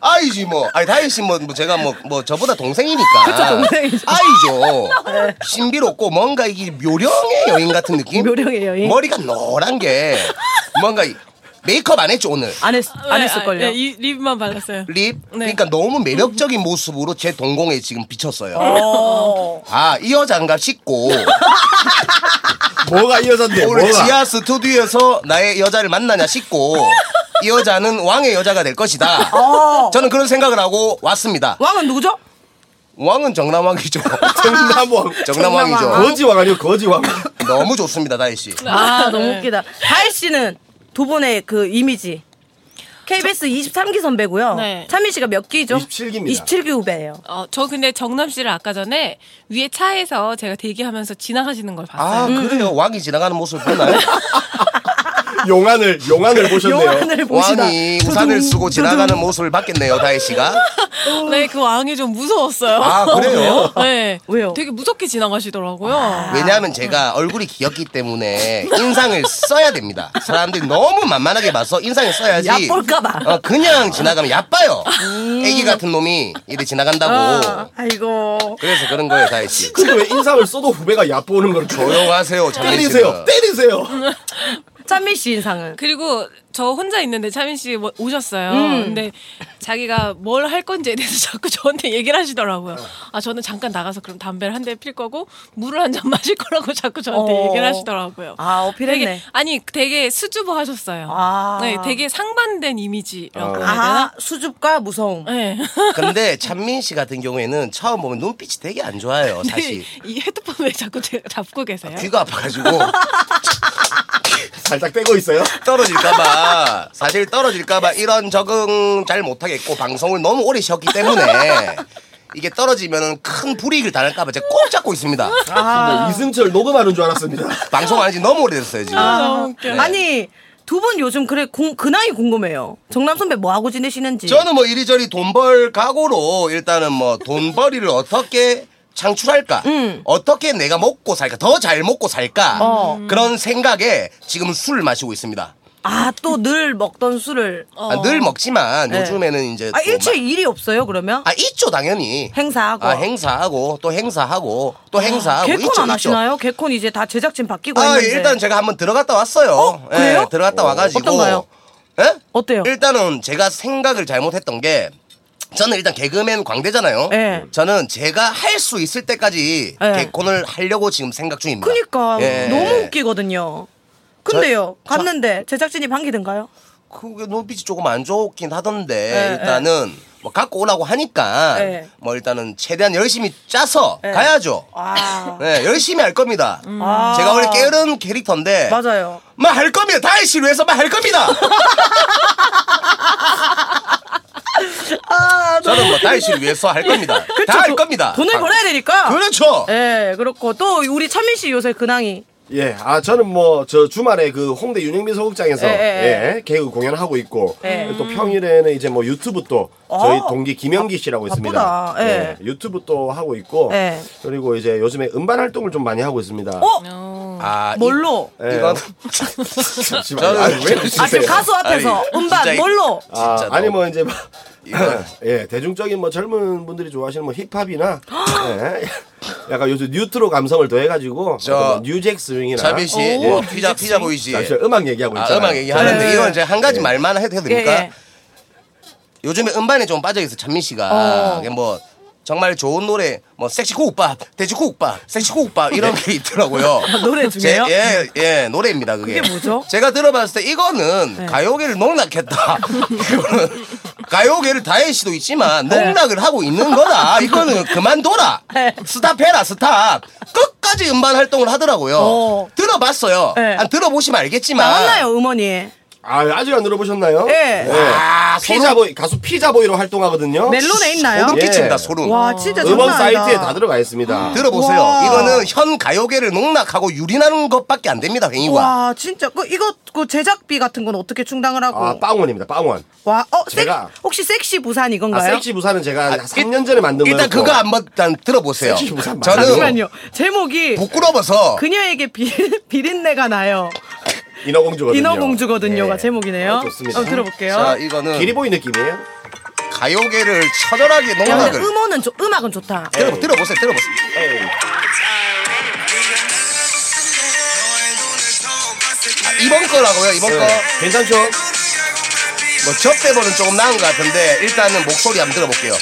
아이지 뭐. 아니 다혜 씨뭐 뭐 제가 뭐 뭐 저보다 동생이니까. 동생이죠. 네. 아이죠. 신비롭고 뭔가 이게 묘령의 여인 같은 느낌. 묘령의 여인? 머리가 노란 게 뭔가 이- 메이크업 안 했죠 오늘. 안 했, 안 네, 했을걸요. 아, 네, 이 립만 발랐어요. 립. 네. 그러니까 너무 매력적인 모습으로 제 동공에 지금 비쳤어요. 어. 아 이 여잔가 싶고 뭐가 이 여잔데? 오늘 뭐가? 지하 스튜디오에서 나의 여자를 만나냐 싶고 이 여자는 왕의 여자가 될 것이다. 어. 저는 그런 생각을 하고 왔습니다. 왕은 누구죠? 왕은 정남왕이죠. 정남왕. 정남왕이죠. 거지왕 아니요 거지왕. 너무 좋습니다, 다혜 씨. 아, 네. 너무 웃기다. 다혜 씨는 두 분의 그 이미지. KBS 23기 선배고요. 네. 찬민 씨가 몇 기죠? 27기 입니다. 27기 후배예요. 어, 저 근데 정남 씨를 아까 전에 위에 차에서 제가 대기하면서 지나가시는 걸 아, 음. 봤어요. 그래요. 왕이 지나가는 모습 보나요? 용안을 용안을 보셨네요. 영화를 보시다. 왕이 우산을 쓰고 지나가는 모습을 봤겠네요, 다혜 씨가. 네, 그 왕이 좀 무서웠어요. 아, 그래요? 네. 왜요? 아. 되게 무섭게 지나가시더라고요. 네. 왜냐하면 제가 얼굴이 귀엽기 때문에 인상을 써야 됩니다. 사람들이 너무 만만하게 봐서 인상을 써야지. 얕볼까봐. 음. 어, 그냥 지나가면 야빠요. 애기 같은 놈이 이래 아, 지나간다고. 아이고. 그래서 그런 거예요, 다혜 씨. 아, 근데 왜 인상을 써도 후배가 얕보는 걸 줘요? 조용하세요, 네. 장애 씨. 때리세요, 때리세요. 찬미 씨 인상은 그리고 저 혼자 있는데 차민 씨 뭐- 오셨어요. 음. 근데 자기가 뭘 할 건지에 대해서 자꾸 저한테 얘기를 하시더라고요. 네. 아 저는 잠깐 나가서 그럼 담배를 한 대 필 거고 물을 한 잔 마실 거라고 자꾸 저한테 어. 얘기를 하시더라고요. 아 되게 어필했네. 아니 되게 수줍어 하셨어요. 아. 네, 되게 상반된 이미지라고 해야 아 되나? 수줍과 무서움. 네. 근데 찬민 씨 같은 경우에는 처음 보면 눈빛이 되게 안 좋아요, 네. 사실. 이 헤드폰 왜 자꾸 제- 잡고 계세요? 귀가 아파가지고 그 살짝 떼고 있어요. 떨어질까봐 사실 떨어질까봐 이런 적응 잘 못하겠고 방송을 너무 오래 쉬었기 때문에 이게 떨어지면 큰 불이익을 당할까봐 제가 꼭 잡고 있습니다. 아. 근데 이승철 녹음하는 줄 알았습니다. 방송 안지 너무 오래됐어요 지금. 너무 웃겨. 아, 아니 두 분 요즘 그래 공- 근황이 궁금해요. 정남 선배 뭐 하고 지내시는지. 저는 뭐 이리저리 돈 벌 각오로 일단은 뭐 돈벌이를 어떻게 창출할까? 음. 어떻게 내가 먹고 살까? 더 잘 먹고 살까? 어. 그런 생각에 지금 술을 마시고 있습니다. 아 또 늘 먹던 술을. 아, 늘 먹지만 요즘에는 이제 어. 아 또 일체 마- 일이 없어요 그러면? 아 있죠 당연히 행사하고. 아, 아 행사하고 또 행사하고 또 행사하고 개콘 있죠 안 있죠. 하시나요? 개콘 이제 다 제작진 바뀌고 아 했는데. 일단 제가 한번 들어갔다 왔어요. 예, 그래요? 들어갔다 와가지고 어떤가요? 예? 어때요? 일단은 제가 생각을 잘못했던 게 저는 일단 개그맨 광대잖아요. 예. 저는 제가 할 수 있을 때까지 예. 개콘을 하려고 지금 생각 중입니다. 그니까 예. 너무 웃기거든요. 근데요 저- 갔는데 제작진이 반기든가요? 그게 눈빛이 조금 안 좋긴 하던데 예, 일단은 뭐 갖고 오라고 하니까 예. 뭐 일단은 최대한 열심히 짜서 예. 가야죠. 아, 네, 열심히 할 겁니다. 아. 음. 제가 원래 게으른 캐릭터인데 맞아요. 막 할 겁니다. 다혜 씨를 위해서 막 할 겁니다. 저는 뭐 다혜 씨를 위해서 할 겁니다. 다 할 겁니다. 아, 네. 돈을 다- 벌어야 되니까. 아, 그렇죠. 예, 그렇고 또 우리 찬민 씨 요새 근황이 예, 아 저는 뭐 저 주말에 그 홍대 윤영빈 소극장에서 예, 예, 예, 개그 공연하고 있고 예. 어. 또 평일에는 이제 뭐 유튜브 또 저희 동기 김영기 씨라고 있습니다. 아, 바쁘다. 예. 유튜브 또 하고 있고 예. 그리고 이제 요즘에 음반 활동을 좀 많이 하고 있습니다. 어? 아, 뭘로? 예. 이건 잠시만요. 저는- 아니, 왜 아 지금 웃으세요? 가수 앞에서 아니, 진짜 음반 이- 뭘로? 아, 진짜 아니 너무- 뭐 이제 뭐- 이건- 예 대중적인 뭐 젊은 분들이 좋아하시는 뭐 힙합이나 예, 약간 요즘 뉴트로 감성을 더해가지고 저- 어떤 뭐 뉴잭 스윙이나 자빈 씨, 예. 뭐 피자 피자 보이지. 잠시 음악 얘기하고 아, 있잖아요. 음악 얘기하는데 네. 이건 이제 한 가지 말만 해도 됩니까? 예, 예. 요즘에 음반에 좀 빠져 있어 찬민 씨가 어. 이게 뭐 정말 좋은 노래 뭐 섹시 국밥 돼지 국밥 섹시 국밥 이런 게 있더라고요. 네. 아, 노래 중에요? 제- 예, 예, 노래입니다 그게. 그게 뭐죠? 네. 제가 들어봤을 때 이거는 가요계를 농락했다. 이거는 가요계를 다혜 씨도 있지만 농락을 하고 있는 거다. 이거는 그만둬라. 네. 스탑해라 스탑. 끝까지 음반 활동을 하더라고요. 어. 들어봤어요. 네. 안 들어보시면 알겠지만. 나왔나요 음원이? 아, 아직 안 들어보셨나요? 네. 예. 아, 피자 보이 가수 피자 보이로 활동하거든요. 멜론에 있나요? 소름 예. 끼친다 소름. 와 진짜 장난 음원 아니다. 음. 사이트에 다 들어가 있습니다. 아, 들어보세요. 와. 이거는 현 가요계를 농락하고 유린하는 것밖에 안 됩니다. 행위와. 와 진짜 그 이거 그 제작비 같은 건 어떻게 충당을 하고? 아, 빵원입니다. 빵원. 와, 어, 제가- 섹, 혹시 섹시 부산 아, 이건가요? 섹시 부산은 제가 일- 3년 전에 만든 거예요. 일단 그거 한번 일단 들어보세요. 섹시 부산 맞아요. 저는 잠시만요. 제목이 부끄러워서 그녀에게 비, 비린내가 나요. 인어공주거든요. 인어공주거든요가 예. 제목이네요. 어, 좋습니다. 한번 들어볼게요. 어. 자 이거는 기리보이 느낌이에요? 가요계를 처절하게 야, 근데 농락을 네. 음원은 좋- 음악은 좋다. 들어, 들어보세요. 들어보세요. 에이. 아, 이번 거라고요. 이번 거. 예. 괜찮죠? 뭐 접대보는 조금 나은 것 같은데 일단은 목소리 한번 들어볼게요.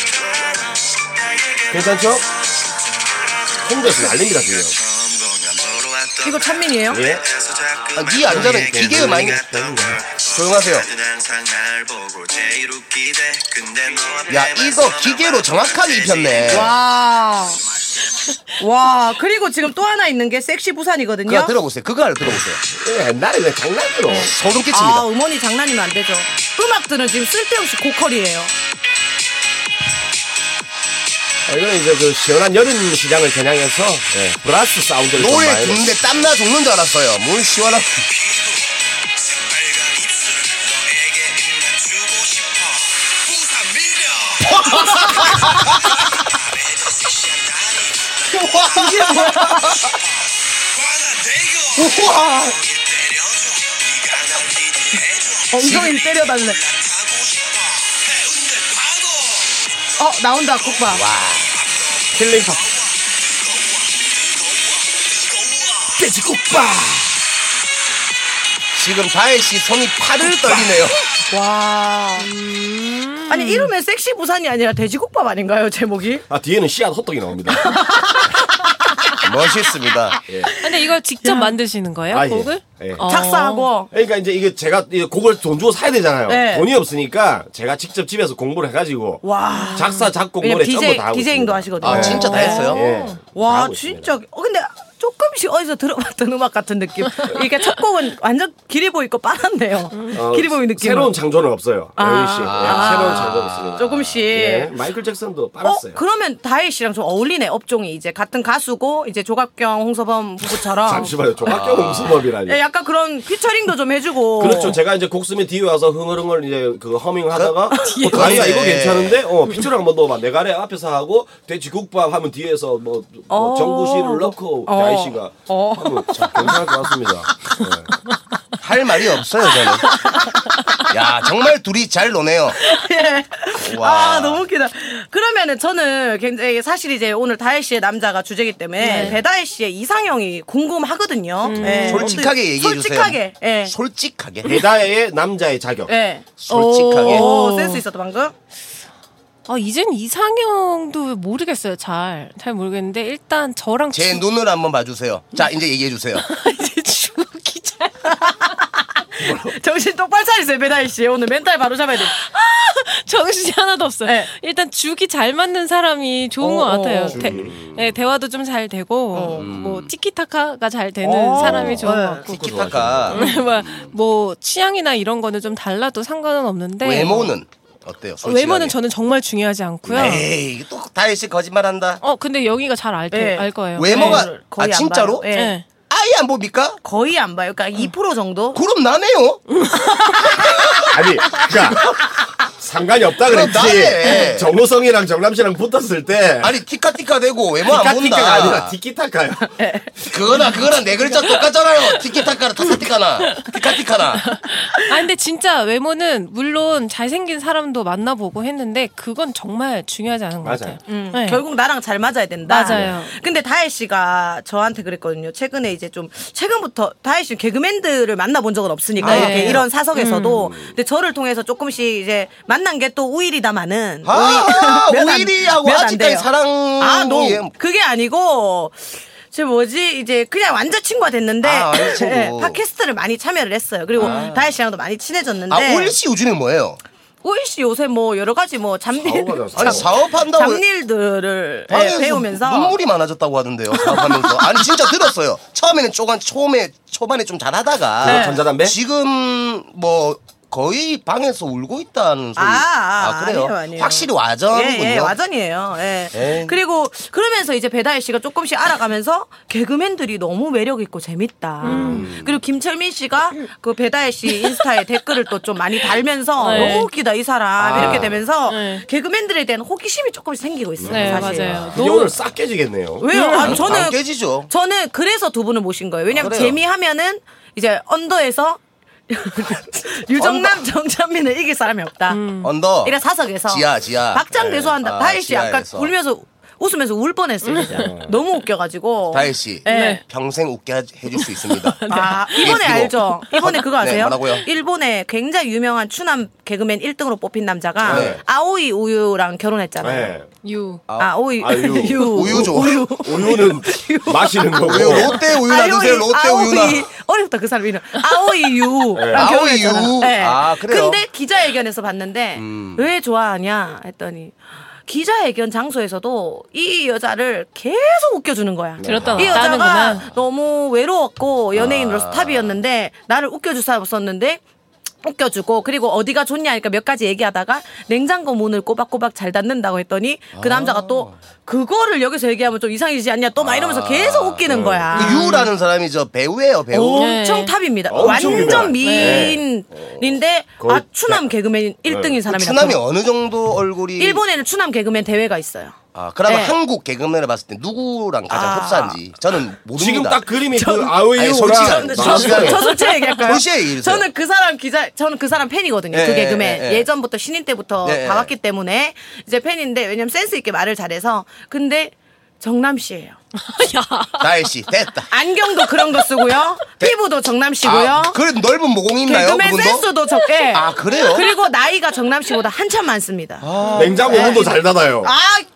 괜찮죠? 홍대에서 난립니다, 지금. 이거 찬민이에요? 예. 아, 네 안전은 기계음 아닌 조용하세요. 야 이거 기계로 정확하게 입혔네. 와. 와, 그리고 지금 또 하나 있는 게 섹시 부산이거든요. 그거 들어보세요. 그거 하나 들어보세요. 예, 옛날에 그냥 장난으로. 소름 끼칩니다. 아, 음원이 장난이면 안 되죠. 음악들은 지금 쓸데없이 고퀄이에요. 아, 이거는 이제 그 시원한 여름 시장을 겨냥해서 예, 브라스 사운드를 좀 노래 많이 듣는데 땀나 죽는 줄 알았어요. 뭘 시원한. 우와. 어, 엉덩이를 때려달래. 어, 나온다, 국밥. 힐링 팝. 돼지국밥 지금 다혜 씨 손이 팔을 떨리네요. 와. 아니 이러면 섹시 부산이 아니라 돼지국밥 아닌가요 제목이? 아 뒤에는 씨앗 호떡이 나옵니다. 멋있습니다. 근데 이걸 직접 만드시는 거예요? 아, 예. 곡을? 예. 어. 작사하고 그러니까 이제 이게 제가 이제 곡을 돈 주고 사야 되잖아요. 네. 돈이 없으니까 제가 직접 집에서 공부를 해가지고 와. 작사 작곡 왜냐면 음. 노래 전부 DJ, 다 하고 DJing도 있습니다. 하시거든요. 네. 아 진짜 다 했어요. 예. 다 와 하고 있습니다. 진짜 어, 근데 조금씩 어디서 들어봤던 음악 같은 느낌 이게 첫 곡은 완전 길이 보이고 빨았네요 어, 길이 보이 느낌 새로운 창조는 없어요. 아. 여윤 씨. 예, 아. 새로운 창조는 없습니다. 조금씩 예. 마이클 잭슨도 어 빨았어요. 그러면 다혜 씨랑 좀 어울리네 업종이 이제 같은 가수고 이제 조각경 홍서범 부부처럼 잠시만요. 종합경 음수법이라니. 예, 약간 그런 피처링도 좀 해주고 그렇죠. 제가 이제 곡 쓰면 뒤에 와서 흥얼흥얼 이제 그 허밍 하다가 어, 다이야 와서. 이거 네. 괜찮은데 어 피처를 한번 넣어봐. 내가 래 앞에서 하고 돼지국밥 하면 뒤에서 뭐, 뭐 어. 정구씨를 넣고 어. 다이 씨가 어. 하면 참 괜찮을 것 같습니다. 네. 할 말이 없어요 저는. 야 정말 둘이 잘 노네요. 와. 예. 아 너무 웃기다. 그러면은 저는 굉장히 사실 이제 오늘 다혜 씨의 남자가 주제이기 때문에 배다혜 씨의 이상형이 궁금하거든요. 예. 솔직하게 어떻게- 얘기해 주세요. 솔직하게. 예. 솔직하게. 배다의 남자의 자격. 예. 솔직하게. 어. 오, 센스 있었다 방금. 아, 이젠 이상형도 모르겠어요. 잘. 잘 모르겠는데 일단 저랑 제 주- 눈을 한번 봐주세요. 자 이제 얘기해 주세요. 이제 주기자 정신 똑바로 차리세요 배다혜 씨. 오늘 멘탈 바로 잡아야 돼. 정신이 하나도 없어요. 네. 일단 죽이 잘 맞는 사람이 좋은 어, 것 어, 같아요. 어. 대, 네, 대화도 좀 잘 되고 뭐 음. 티키타카가 잘 되는 어. 사람이 좋은 네. 것 같고 티키타카 뭐, 뭐 취향이나 이런 거는 좀 달라도 상관은 없는데 외모는 어때요? 네. 솔직하게. 네. 외모는 저는 정말 중요하지 않고요. 에이 또 다혜 씨 거짓말한다. 어 근데 여기가 잘 알 네. 거예요. 외모가 네. 아 거의 안 진짜로? 봐요. 네. 네. 아예 안 봅니까? 거의 안 봐요. 어. 그러니까 2% 정도. 그럼 나네요. 아니, 그러니까 상관이 없다 그럼 나네. 그랬지. 정우성이랑 정남씨랑 붙었을 때 아니 뭐 티카티카 되고 외모 안 본다. 티카티카가 아니라 티키타카요. 그거나 그거나 네 글자 똑같잖아요. 티키타카나 타사티카나 티카티카나. 아 근데 진짜 외모는 물론 잘생긴 사람도 만나보고 했는데 그건 정말 중요하지 않은 것 맞아요. 같아요. 음, 네. 결국 나랑 잘 맞아야 된다. 맞아요. 근데 다혜 씨가 저한테 그랬거든요. 최근에 이제 좀 최근부터 다혜 씨는 개그맨들을 만나본 적은 없으니까 아, 네. 이렇게 예. 이런 사석에서도 음. 근데 저를 통해서 조금씩 이제 만난 게 또 우일이다마는 아, 몇안 오일이하고 몇안 아직까지 돼요. 사랑. 아, 너 예. 그게 아니고 제 뭐지 이제 그냥 완전 친구가 됐는데 아, 완전 친구. 예, 팟캐스트를 많이 참여를 했어요. 그리고 다혜 씨랑도 많이 친해졌는데 아 오일 씨 우주는 뭐예요? 오일 씨 요새 뭐 여러 가지 뭐 잡일 사오가 아니 나서. 사업한다고 잡일들을 예, 방에서 배우면서 눈물이 많아졌다고 하던데요. 사업하면서 아니 진짜 들었어요. 처음에는 조간 처음에 초반에 좀 잘하다가 그거 네, 전자담배? 지금 뭐 거의 방에서 울고 있다는 아, 소리. 아, 그래요. 아니에요, 아니에요. 확실히 와전군요. 네. 예, 예, 와전이에요. 예. 에이. 그리고 그러면서 이제 배다혜 씨가 조금씩 알아가면서 개그맨들이 너무 매력 있고 재밌다. 음. 그리고 김철민 씨가 그 배다혜 씨 인스타에 댓글을 또 좀 많이 달면서 네. 너무 웃기다 이 사람 아. 이렇게 되면서 네. 개그맨들에 대한 호기심이 조금씩 생기고 있어요. 네, 사실. 맞아요. 이게 오늘 싹 깨지겠네요. 왜요? 아니, 음, 안 저는 깨지죠. 저는 그래서 두 분을 모신 거예요. 왜냐면 아, 그래요? 재미하면은 이제 언더에서 유정남 정찬민을 이길 사람이 없다. 음. 언더. 이래 사석에서 어. 지하, 지하. 박장 네. 대소한다. 아, 다혜 씨 약간 지하에서. 네. 울면서 웃으면서 울 뻔했어요. 진짜. 너무 웃겨가지고. 다혜 씨 네. 평생 웃게 하- 해줄 수 있습니다. 아 이번에 예, 알죠? 이거. 이번에 그거 네, 아세요? 뭐라고요? 일본에 굉장히 유명한 추남 개그맨 1등으로 뽑힌 남자가 네. 아오이 우유랑 결혼했잖아요. 네. 유. 아오이 아유. 우유. 아, 우유 좋아. 우유는 마시는 거고. 우유 롯데 우유 놔두세요. 아오이, 롯데 아오이. 우유 나. 어렵다 그 사람 이름. 아오이 네. 유랑 아오이 결혼했잖아요. 유. 네. 아, 그래요? 음. 근데 기자회견에서 봤는데 왜 좋아하냐 했더니 기자회견 장소에서도 이 여자를 계속 웃겨주는 네. 거야. 들었다 이 여자가 놨다는구나. 너무 외로웠고 아. 연예인으로서 탑이었는데 나를 웃겨줄 사람 없었는데 웃겨주고 그리고 어디가 좋냐 하니까 몇 가지 얘기하다가 냉장고 문을 꼬박꼬박 잘 닫는다고 했더니 아. 그 남자가 또 그거를 여기서 얘기하면 좀 이상해지지 않냐 또 막 이러면서 아. 계속 웃기는 거야. 그 유라는 사람이 저 배우예요, 배우. 엄청 네. 탑입니다. 엄청 완전 유명해. 미인인데 거의 아 추남 개그맨 1등인 그 사람이라. 추남이 어느 정도 얼굴이 일본에는 추남 개그맨 대회가 있어요. 아, 그러면 네. 한국 개그맨을 봤을 때 누구랑 가장 아. 흡사한지 저는 모릅니다. 지금 딱 그림이 그 아니, 아우유랑 솔직한- 저는- 저, 솔직하게. 저 솔직히 얘기할까요? 솔직히 얘기해주세요. 저는 그 사람 기자, 저는 그 사람 팬이거든요. 예, 그 예, 개그맨. 예, 예. 예, 전부터 신인 때부터 예, 예. 봐왔기 때문에 이제 팬인데 왜냐면 센스 있게 말을 잘해서 근데 정남 씨예요. 야. 다혜 씨 됐다. 안경도 그런 거 쓰고요. 피부도 정남씨고요. 네. 아, 그 넓은 모공이 있나요? 개그맨 그분도? 센스도 적게. 아, 그래요? 그리고 나이가 정남씨보다 한참 많습니다. 아, 냉장고 네. 문도 잘 닫아요.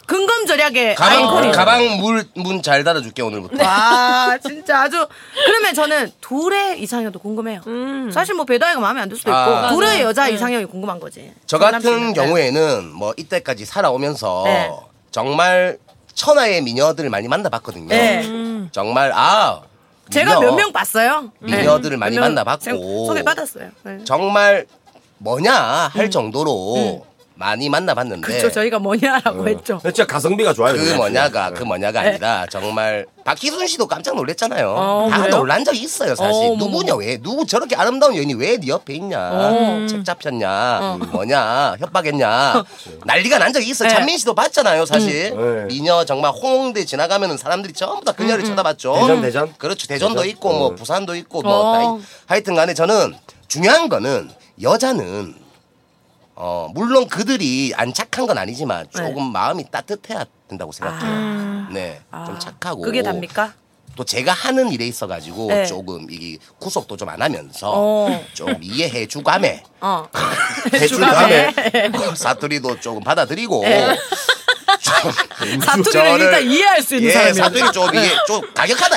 근검 절약의 가방 아이콘이. 가방 물 문 잘 닫아줄게 오늘부터. 와 진짜 아주 그러면 저는 둘의 이상형도 궁금해요. 음. 사실 뭐 배다이가 마음에 안 들 수도 있고 아. 둘의 여자 이상형이 궁금한 거지. 저 같은 정남씨는. 경우에는 뭐 이때까지 살아오면서 네. 정말 천하의 미녀들을 많이 만나봤거든요. 네. 정말 아 제가 미녀. 몇 명 봤어요. 네. 미녀들을 많이 몇명 만나봤고. 제가 소개받았어요. 네. 정말 뭐냐 할 정도로 많이 음. 만나봤는데 그쵸 저희가 어. 뭐냐라고 했죠. 근데 진짜 가성비가 네. 좋아요. 그렇죠. 그 그냥. 뭐냐가 그 뭐냐가 아니라 정말 박희순 씨도 깜짝 놀랐잖아요. 다 어, 그래요? 놀란 적이 있어요 사실. 어머머. 누구냐 왜 누구 저렇게 아름다운 여인이 왜 네 옆에 어. 있냐 책 잡혔냐 음, 뭐냐 협박했냐 난리가 난 적이 네. 있어요. 찬민 씨도 봤잖아요 사실. 음. 네. 미녀 정말 홍대 지나가면 사람들이 전부 다 음, 그녀를 쳐다봤죠. 대전, 대전? 그렇죠 대전도 대전? 있고 뭐 음. 부산도 어. 있고 뭐 나이- 하여튼간에 저는 중요한 거는 여자는 어, 물론 그들이 안 착한 건 아니지만 네. 조금 마음이 따뜻해야 된다고 생각해요. 네. 좀 착하고. 아. 그게 답니까? 또 제가 하는 일에 있어가지고 네. 조금 이 구속도 좀 안 하면서 어. 좀 이해해 주감에 어. 대출감에 사투리도 조금 받아들이고. 네. 좀 사투리를 저를- 일단 이해할 수 있는 예, 사람이에요. 사투리 좀 이게 좀 가격하다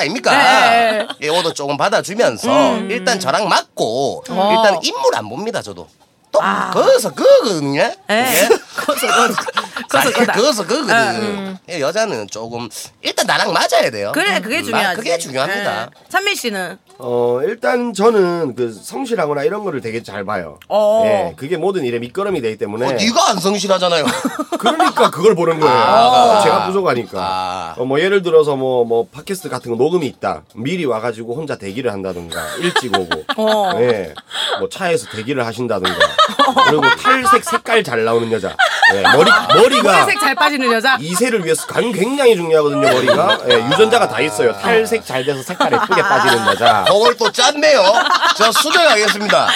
네, 음. 아닙니까? 예, 오도 조금 받아주면서 일단 저랑 맞고 어. 일단 인물 안 봅니다 저도. 또 거기서 그거거든요. 아. 예. 예. 거서 거서 거서 사실 거다. 그거서 그거거든. 예, 여자는 조금 일단 나랑 맞아야 돼요. 그래 그게 음, 중요하지. 마- 그게 중요합니다. 네. 찬민 씨는 어 일단 저는 그 성실하거나 이런 거를 되게 잘 봐요. 어. 예, 그게 모든 일에 밑거름이 되기 때문에. 예. 어, 네가 안 성실하잖아요. 그러니까 그걸 보는 거예요. 아. 제가 부족하니까. 아. 어, 뭐 예를 들어서 뭐, 뭐 팟캐스트 같은 거 녹음이 있다. 미리 와가지고 혼자 대기를 한다든가 일찍 오고. 어. 예. 뭐 차에서 대기를 하신다든가. 그리고 탈색 색깔 잘 나오는 여자. 예, 머리 머리가 색 잘 빠지는 여자. 이세를 위해서 간 굉장히 중요하거든요 머리가 예, 유전자가 다 있어요 탈색 잘 돼서 색깔 예쁘게 빠지는 여자 저걸 또 짰네요. 저 수정하겠습니다. 아,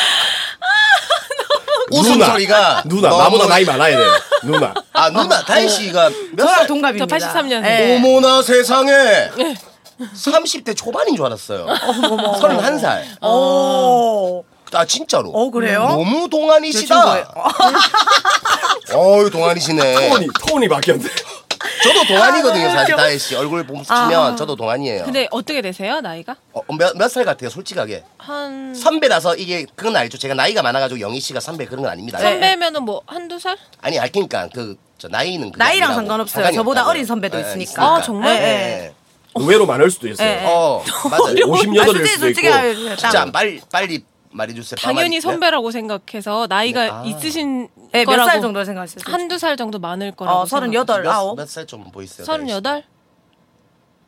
웃음소리가 누나 너무- 나보다 나이 많아야 돼 누나 아 누나 다혜 씨가 몇 어. 저랑 살? 동갑입니다. 저 83년. 예. 어머나 세상에 네. 30대 초반인 줄 알았어요. 31살. 오. 아 진짜로. 어, 그래요? 너무 친구예요. 동안이시다. 어유 동안이시네. 톤이 톤이 바뀌었네 저도 동안이거든요 아, 사실 다혜 씨 얼굴 보면 치면 저도 동안이에요. 어, 근데 어떻게 되세요 나이가? 몇몇 살 같아요 솔직하게. 한 선배라서 이게 그건 알죠. 제가 나이가 많아가지고 영희 씨가 선배 그런 건 네. 아닙니다. 선배면은 뭐 한두 살? 아니 아 그러니까 그 저 나이는 그게 나이랑 아니라고. 상관없어요. 상관이 저보다 없다고요. 어린 선배도 예, 있으니까. 아, 정말? 예, 예. 의외로 많을 수도 있어요 예. 어 맞아요. 아, 58일 솔직히 수도 있고 솔직히 네, 알려주세요. 진짜 빨리 빨리 말해주세요. 당연히 빠마리. 네? 선배라고 생각해서 나이가 있으신 예, 거라고 몇살 정도 생각하셨어요? 한두 살 정도 많을 거라고 어, 서른 생각- 여덟, 아홉. 몇 살 좀 보이세요? 서른 여덟?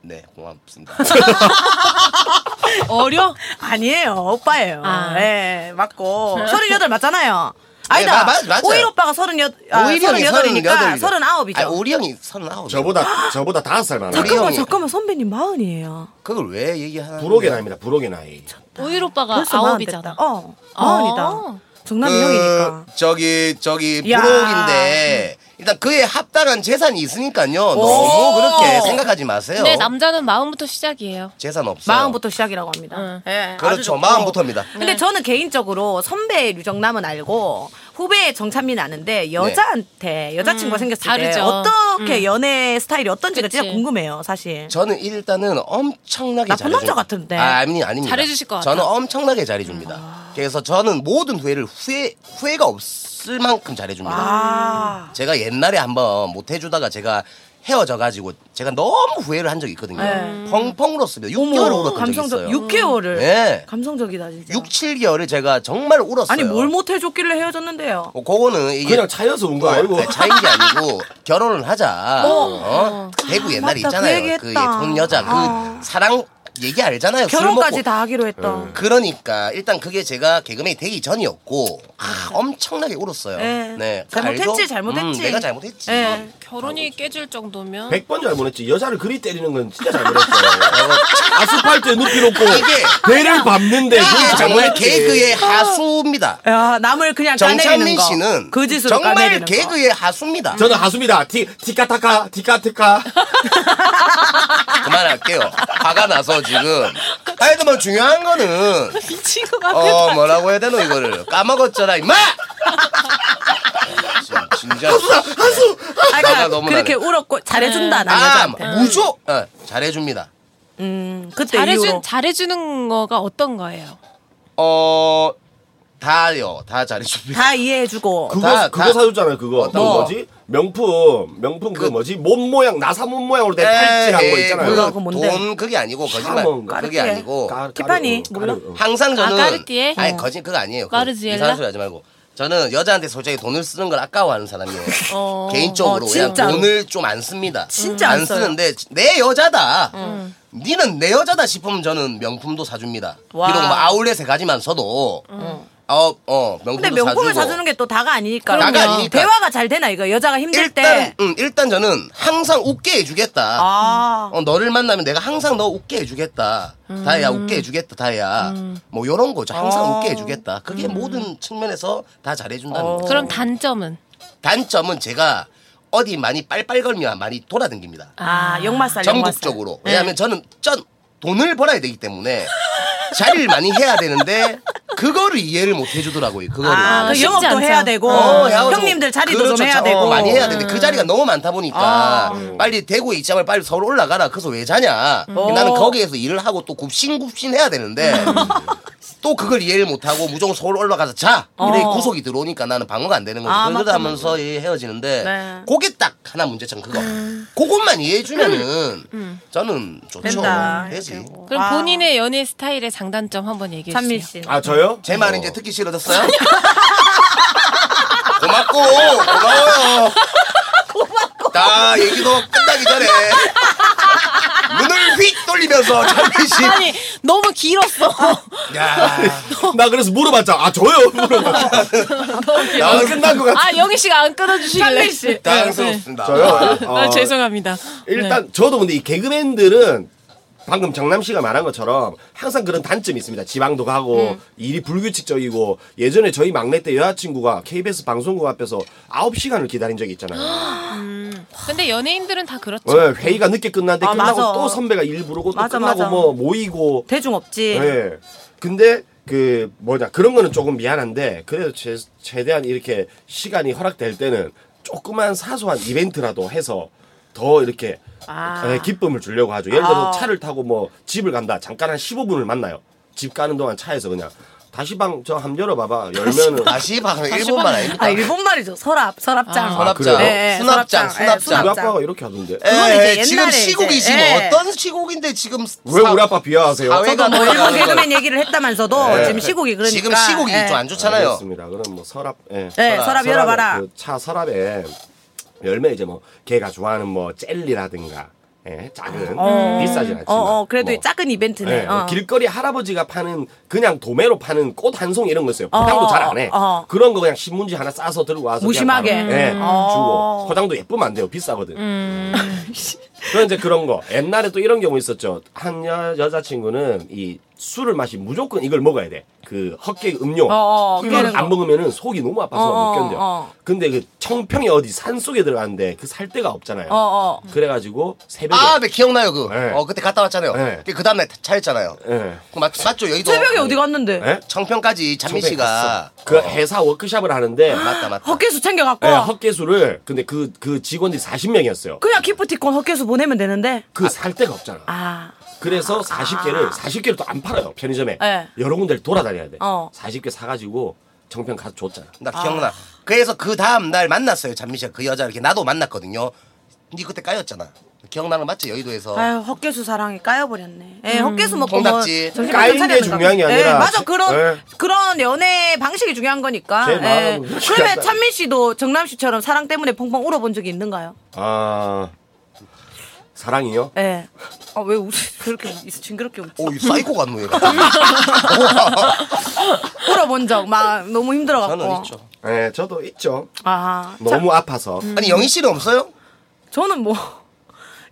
네, 고맙습니다. 어려? 아니에요, 오빠예요. 아. 네. 예, 맞고. 서른여덟 맞잖아요. 아니다. 네, 마- 맞- 맞아요. 오일 오빠가 서른여, 아, 오일이 형이 서른여덟이니까 38 이죠. 아니, 서른아홉이죠. 우리 형이 서른아홉. 저보다 저보다 다섯 살 많아요 우리 잠깐만, 형이- 잠깐만, 선배님 마흔이에요. 그걸 왜 얘기하는? 부록의 나이입니다 부록의 나이 오일 오빠가 벌써 아홉이잖아. 마흔이다. 어, 아. 마흔이다. 그 정남이 형이니까. 저기 저기 야. 부록인데 일단 그에 합당한 재산이 있으니까요. 너무 그렇게 생각하지 마세요. 근데 남자는 마음부터 시작이에요. 재산 없어요. 마음부터 시작이라고 합니다. 응. 예, 아주 그렇죠. 좋고. 마음부터입니다. 근데 저는 개인적으로 선배 류정남은 알고 후배 정찬민 네. 아는데 여자한테 여자친구가 생겼을 음, 때 다르죠. 음. 어떻게 연애 스타일이 어떤지가 그치. 진짜 궁금해요, 사실. 저는 일단은 엄청나게 나쁜 잘해줘- 남자 같은데. 아, 아니 아닙니다. 잘해주실 것 같아. 저는 엄청나게 잘해줍니다. 아. 그래서 저는 모든 후회를 후회 후회가 없을 만큼 잘해줍니다. 아. 제가 옛날에 한번 못 해주다가 제가 헤어져 가지고 제가 너무 후회를 한 적이 있거든요. 네. 펑펑 울었어요. 6개월 울었던 감성적 적이 있어요. 6개월을 네. 감성적이다 진짜. 6, 7개월을 제가 정말 울었어요. 아니 뭘 못 해줬길래 헤어졌는데요. 어, 그거는 이게 그냥 차여서 온 거 알고 네, 차인 게 아니고 결혼을 하자. 어? 대구 옛날에 맞다. 그 있잖아요. 얘기했다. 그 예쁜 여자 그 사랑 얘기 알잖아요. 술 결혼까지 먹고. 다 하기로 했던. 그러니까 일단 그게 제가 개그맨이 되기 전이었고 아, 엄청나게 울었어요. 예. 네. 잘못했지, 알죠? 잘못했지. 음, 내가 잘못했지. 예. 결혼이 깨질 정도면 100번 잘못했지. 여자를 그리 때리는 건 진짜 잘못했어요. 아스팔트에 눕히 놓고 이게- 배를 밟는데 이게 그건 아, 정말 잘못했지. 개그의 하수입니다. 야, 아, 남을 그냥 아. 까내리는 정찬민 거. 씨는 그 짓으로 정말 까내리는 거. 개그의 하수입니다. 저는 하수입니다. 티, 티카타카, 티카티카. 그만할게요. 화가 나서 지금. 하여튼 뭐 중요한 거는 미친 것 같아. 어 뭐라고 해야 되노 이거를 까먹었잖아 임마. 진짜, 진짜. 하수 아, 화가 그러니까 너무 그렇게 나네. 울었고 잘해준다 나 아 여자한테. 무조 어, 잘해줍니다. 음, 그때 이후로. 잘해준 잘해주는 거가 어떤 거예요? 어 다요 다 잘해줍니다. 다 이해해주고. 그거, 다, 그거 다. 사줬잖아요, 그거. 그 뭐. 뭐지? 명품, 명품 그, 네, 그- 뭐지? 몸 모양, 나사 몸 모양으로 된 팔찌한 거 에이, 있잖아요. 어. 몰라. 그거 그거 뭔데? 예, 돈 그게 아니고 거짓말 샤먼. 그게 까르띠에. 아니고 까르- 티파니, 까르- 몰라? 까르- 항상 저는 아, 까르띠에? 아니 어. 거짓 그거 아니에요. 그 마르지엘라? 이상한 소리 하지 말고 저는 여자한테 솔직히 돈을 쓰는 걸 아까워하는 사람이에요. 어. 개인적으로 어, 그냥 진짜로. 돈을 좀 안 씁니다. 진짜 안 안 써요. 쓰는데 내 여자다. 니는 내 여자다 싶으면 저는 명품도 사줍니다. 와. 비록 뭐 아울렛에 가지만서도 어, 어 명품도 근데 명품을 사주고. 사주는 게 또 다가 아니니까. 다가 그럼요. 아니니까. 대화가 잘 되나 이거 여자가 힘들 일단 때. 음, 일단 저는 항상 웃게 해주겠다. 아. 어, 너를 만나면 내가 항상 너 웃게 해주겠다. 음. 다혜야, 웃게 해주겠다, 다혜야. 뭐, 요런 거죠. 항상 어. 웃게 해주겠다. 그게 음. 모든 측면에서 다 잘해준다는 거죠. 그럼 단점은 단점은 제가 어디 많이 빨빨걸면 많이 돌아다닙니다. 아, 네. 역마살. 예. 전국적으로. 예. 왜냐하면 저는 전 돈을 벌어야 되기 때문에 자리를 많이 해야 되는데 그거를 이해를 못 해주더라고요. 그거를. 아, 그 쉽지 영업도 않죠. 해야 되고 어, 야, 형님들 자리도 그렇죠. 좀 해야 어, 되고 음. 아. 많이 해야 되는데 그 자리가 너무 많다 보니까 빨리 대구에 입장을 빨리 서울 올라가라 그래서 왜 자냐 음. 어. 나는 거기에서 일을 하고 또 굽신굽신 해야 되는데 또 그걸 이해를 못하고 무조건 서울 올라가서 자 이렇게 어. 구속이 들어오니까 나는 방어가 안 되는 거죠 아, 맞다, 그러면서 이 헤어지는데 네. 그게 딱 하나 문제점 그거 그것만 이해해주면은 저는 좋죠 음. 된다. 되지 그럼 아. 본인의 연애 스타일의 장단점 한번 얘기해 찬민 주세요. 씨. 아, 저요? 제 말 이제 듣기 싫어졌어요? 고맙고 고마워요. 고맙고. 나 얘기도 끝나기 전에 눈을 휙 돌리면서 장민 씨. 아니 너무 길었어. 아, 야, 나 그래서 물어봤자, 아, 저요? 물어봤자. 네. 나 끝난 것 같아. 아 영희 씨가 안 끊어주실래? 씨. 네. 당황스럽습니다. 저요? 아, 어, 죄송합니다. 일단 저도 근데 이 개그맨들은 방금 정남 씨가 말한 것처럼 항상 그런 단점이 있습니다. 지방도 가고 일이 불규칙적이고 예전에 저희 막내 때 여자친구가 KBS 방송국 앞에서 9시간을 기다린 적이 있잖아요. 근데 연예인들은 다 그렇죠. 네, 회의가 늦게 끝났는데 아, 끝나고 맞아. 또 선배가 일 부르고 또 맞아, 끝나고 맞아. 뭐 모이고 대중 없지. 네. 근데 그 뭐냐 그런 거는 조금 미안한데 그래도 제, 최대한 이렇게 시간이 허락될 때는 조그만 사소한 이벤트라도 해서 더 이렇게 네, 기쁨을 주려고 하죠. 예를 들어서 아. 차를 타고 뭐 집을 간다. 잠깐 한 15분을 만나요. 집 가는 동안 차에서 그냥 다시 방 저 한 열어봐봐. 열면은 다시 방금 일본말 아닙니까? 아 일본 말이죠. 서랍, 서랍장. 아, 서랍장, 그래요? 예, 예, 수납장, 서랍장. 예, 우리 수납장. 수납장. 아빠가 이렇게 하던데. 그건 예, 이제 예, 지금 옛날에 시국이 이제, 지금 예. 어떤 시국인데 지금 왜 우리 아빠 비하하세요? 사회가 뭐 일본 돌아가는 개그맨 걸- 얘기를 했다면서도 네. 예. 지금 시국이 그러니까 지금 시국이 예. 좀 안 좋잖아요. 알겠습니다. 그럼 뭐 서랍. 예. 예, 서랍, 서랍 열어봐라. 서랍에 그차 서랍에 열매 이제 뭐 걔가 좋아하는 뭐 젤리라든가 예, 작은 비싸진 않지만 어, 어, 그래도 뭐, 작은 이벤트네. 예, 어. 길거리 할아버지가 파는 그냥 도매로 파는 꽃 한 송 이런 거 있어요. 포장도 어, 잘 안 해. 어. 그런 거 그냥 신문지 하나 싸서 들고 와서 그냥 무심하게. 바로, 예, 어. 음. 주고 포장도 예쁘면 안 돼요. 비싸거든. 그런 이제 그런 거 옛날에 또 이런 경우 있었죠. 한 여, 여자친구는 이 술을 마시 무조건 이걸 먹어야 돼. 그 헛개 음료. 어, 어, 이걸 깨는 안 거. 먹으면은 속이 너무 아파서 어, 못 견뎌. 어. 근데 그 청평이 어디 산 속에 들어갔는데 그 살 데가 없잖아요. 어, 어. 그래가지고 새벽에 아, 네, 기억나요, 그. 네. 어, 그때 갔다 왔잖아요. 네. 근데 그 다음날 차였잖아요. 예. 그 맞, 맞죠, 여의도. 새벽에 어디 갔는데? 예? 청평까지 잔민 청평에 씨가 갔어. 그 어, 아. 회사 워크샵을 하는데 맞다 맞다. 헛개수 챙겨갖고 예, 헛개수를 근데 그 그 직원들이 40명이었어요. 그냥 기프티콘 헛개수 보내면 되는데. 그 살 데가 없잖아. 아, 그래서 40개를 40개를 또 안 팔아요 편의점에 네. 여러 군데를 돌아다녀야 돼. 어. 40개 사가지고 정평 가서 줬잖아. 나 기억나. 그래서 그 다음 날 만났어요 잔민 씨가 그 여자를 이렇게 나도 만났거든요. 니 그때 까였잖아. 기억나는 거 맞죠 여의도에서. 아유 헛개수 사랑에 까여버렸네. 예, 헛개수 먹고 음, 통닭집. 뭐 정신 까인 게 차려야 된다. 중요한 게 아니라 예, 맞아 그런 예. 그런 연애 방식이 중요한 거니까. 예. 제 마음은 그렇게 그러면 한다. 찬민 씨도 정남 씨처럼 사랑 때문에 펑펑 울어본 적이 있는가요? 아 사랑이요? 예. 아 왜 웃지? 그렇게 웃- 징그럽게 웃지? 오, 이 사이코 같노 얘가. 어. 울어본 적 막 너무 힘들어갖고. 저는 있죠. 네, 저도 있죠. 아 너무 아파서. 아니 영희 씨는 없어요? 저는 뭐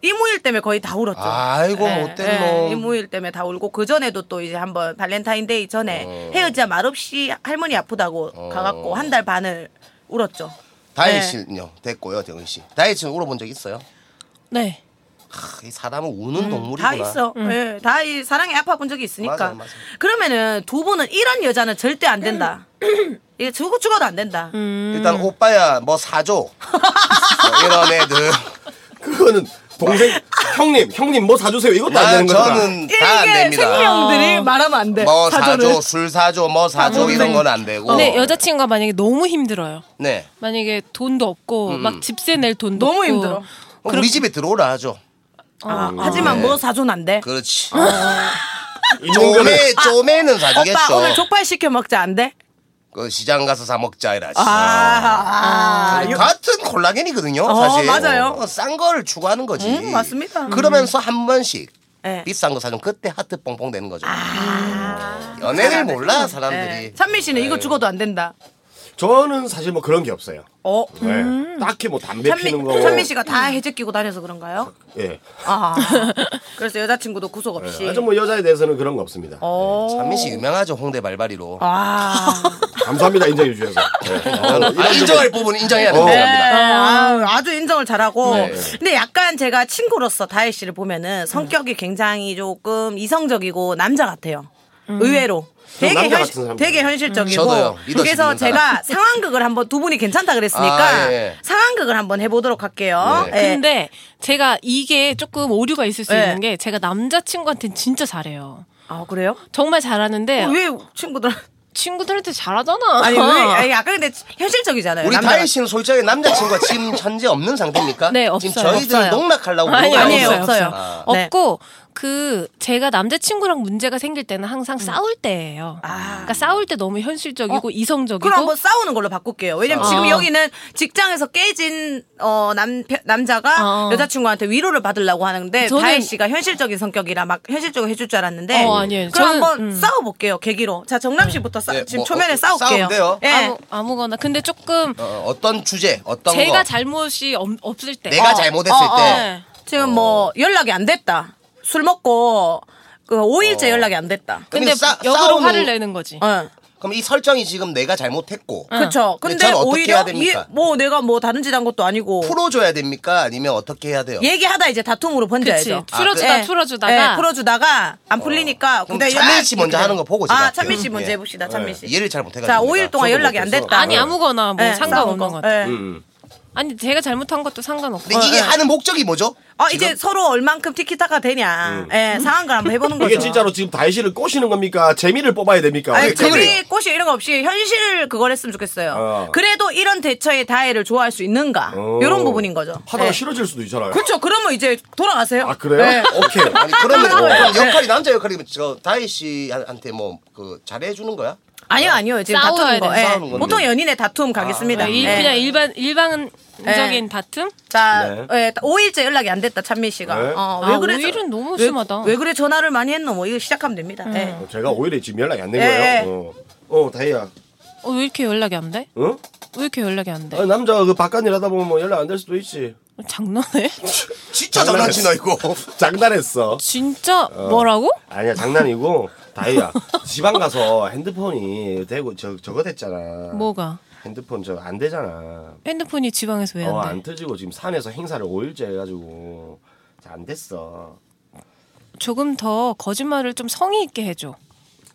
이모일 때문에 거의 다 울었죠. 아이고 뭐. 예, 못된 놈. 이모일 때문에 다 울고 그 전에도 또 이제 한번 발렌타인데이 전에 헤어지자 말없이 할머니 아프다고 어. 가갖고 한 달 반을 울었죠. 다혜 네. 씨는요 됐고요, 영희 씨. 다혜 씨는 울어본 적 있어요? 네. 크, 이 사람은 우는 동물이구나. 음, 다 있어. 예, 다 이 사랑에 아파 본 적이 있으니까. 맞아, 맞아. 그러면은 두 분은 이런 여자는 절대 안 된다. 이게 죽어 죽어도 안 된다. 일단 음. 오빠야 뭐 사줘. 뭐 이런 애들. 그거는 동생, 형님, 형님 뭐 사주세요. 이것도 안 나 되는 거다. 아, 저는 다 안 이게 됩니다. 생명들이 말하면 안 돼. 뭐 네, 사전은. 사줘, 술 사줘, 아, 뭐 사줘 이런 건 네. 안 어. 되고. 근데 여자친구가 만약에 너무 힘들어요. 네. 만약에 돈도 없고 막 집세 낼 돈도 너무 없고 힘들어. 어, 우리 집에 들어오라 하죠. 아, 음, 하지만 네. 뭐 사줘는 안 돼. 그렇지. 아, 있는 거는 쪼매 쪼매는 사주겠죠. 오빠 오늘 족발 시켜 먹자 안 돼? 그 시장 가서 사 먹자 이라지. 아, 아, 아, 같은 콜라겐이거든요, 어, 사실. 맞아요. 어, 싼 거를 추구하는 거지. 음, 맞습니다. 그러면서 한 번씩 예. 비싼 거 사면 그때 하트 뽕뽕 되는 거죠. 아. 연애를 몰라 사람들이. 예. 찬미 씨는 네. 이거 죽어도 안 된다. 저는 사실 뭐 그런 게 없어요. 어? 네. 딱히 뭐 담배 피는 거. 찬미, 찬미 씨가 다 해제 끼고 다녀서 그런가요? 예. 아. 그래서 여자친구도 구속 없이. 아주 뭐 여자에 대해서는 그런 거 없습니다. 예. 어. 찬민 씨 유명하죠 홍대 말발이로. 아. 감사합니다 인정해 주셔서. 네. 어, 아, 이런 인정할 부분 인정해야 어. 됩니다. 네, 아유, 아주 인정을 잘하고. 음. 네. 음. 근데 약간 제가 친구로서 다혜 씨를 보면은 성격이 굉장히 조금 이성적이고 남자 같아요. 의외로. 되게, 남자 같은 현실, 사람. 되게 현실적이고. 음. 저도요. 믿어집니다. 그래서 제가 상황극을 한번 두 분이 괜찮다 그랬으니까 아, 예. 상황극을 한번 해보도록 할게요. 네. 예. 근데 제가 이게 조금 오류가 있을 수 네. 있는 게 제가 남자친구한테는 진짜 잘해요. 아, 그래요? 어, 정말 잘하는데 왜 어. 친구들 친구들한테 잘하잖아. 아니 왜 아니, 약간 근데 현실적이잖아요. 우리 남자가. 다혜 씨는 솔직하게 남자친구가 지금 현재 없는 상태입니까? 네, 없어요. 지금 저희들 없어요. 농락하려고 아니, 노력하고 아니에요, 있어요. 없어요. 아. 네. 없고 그 제가 남자친구랑 문제가 생길 때는 음. 항상 싸울 때예요. 그러니까 싸울 때 너무 현실적이고 이성적이고 아. 어? 그럼 한번 싸우는 걸로 바꿀게요. 왜냐면 어. 지금 여기는 직장에서 깨진 어, 남 남자가 어. 여자친구한테 위로를 받으려고 하는데 저는- 다혜 씨가 현실적인 성격이라 막 현실적으로 해줄 줄 알았는데 어, 아니에요. 그럼 저는- 한번 음. 싸워볼게요. 계기로 자 정남 씨부터 싸, 네, 지금 뭐, 초면에 어, 싸울게요. 싸우면 돼요. 예. 아무, 아무거나 근데 조금 어, 어떤 주제, 어떤 제가 거. 잘못이 없, 없을 때 내가 어. 잘못했을 어, 어. 때. 네. 지금 뭐 연락이 안 됐다. 술 먹고 그 5일째 어. 연락이 안 됐다. 근데 그러면 싸- 역으로 싸움은- 화를 내는 거지. 어. 그럼 이 설정이 지금 내가 잘못했고 그렇죠. 근데 근데 저는 어떻게 오히려 해야 됩니까? 이- 뭐 내가 뭐 다른 짓 한 것도 아니고 풀어줘야 됩니까? 아니면 어떻게 해야 돼요? 얘기하다 이제 다툼으로 번져야죠. 아, 그치. 풀어주다, 풀어주다가. 예, 풀어주다가 안 풀리니까. 그럼 찬민 씨 먼저 하는 거 보고 아, 시작해요. 찬민 씨 먼저 예. 해봅시다. 찬민 씨. 이해를 잘 못해가지고. 자, 5일 동안 저도 연락이 안 못해서. 됐다. 아니 아무거나 뭐 예, 상관없는 네. 싸운 것 같아. 예. 음. 아니 제가 잘못한 것도 상관없고. 근데 이게 하는 목적이 뭐죠? 아, 지금? 음. 이제 서로 얼만큼 티키타카 되냐. 예, 상황을 한번 해보는 거죠. 이게 진짜로 지금 다이씨를 꼬시는 겁니까? 재미를 뽑아야 됩니까? 아니, 어떻게 해야 재미, 돼요? 꽃이 이런 거 없이 현실 그걸 했으면 좋겠어요. 어. 그래도 이런 대처의 다해를 좋아할 수 있는가. 어. 이런 부분인 거죠. 하다가 예. 싫어질 수도 있잖아요. 그렇죠. 그러면 이제 돌아가세요. 아 그래요? 예. 오케이. 아니 그러면 네. 어. 그럼 역할이 남자 역할이면 저 다혜 씨한테 뭐 그 잘해주는 거야? 아니요, 아니요. 지금 싸워야 아, 다투는 거. 돼, 예. 싸우는 건데. 보통 연인의 다툼 가겠습니다. 네, 일, 예. 그냥 일반 일반적인 네. 다툼. 자, 네. 예, 5일째 연락이 안 됐다, 찬미 씨가. 네. 어, 아, 그래? 오일은 너무 왜- 심하다. 왜, 그래 전화를 많이 했노? 뭐, 이거 시작하면 됩니다. 예. 제가 오히려 지금 연락이 안 된 예, 거예요. 어, 어 다이야. 어, 왜 이렇게 연락이 안 돼? 응? 왜 이렇게 연락이 안 돼? 어. 아, 남자가 그 바깥 일하다 보면 뭐 연락 안 될 수도 있지. 어, 장난해? 진짜 장난치나 이거. 장난했어. 진짜 뭐라고? 아니야 장난이고 다이야 지방 가서 핸드폰이 되고 저 저거 됐잖아. 뭐가? 핸드폰 저 안 되잖아. 핸드폰이 지방에서 왜 안 돼? 어 안 터지고 지금 산에서 행사를 5일째 해가지고 안 됐어. 조금 더 거짓말을 좀 성의 있게 해줘.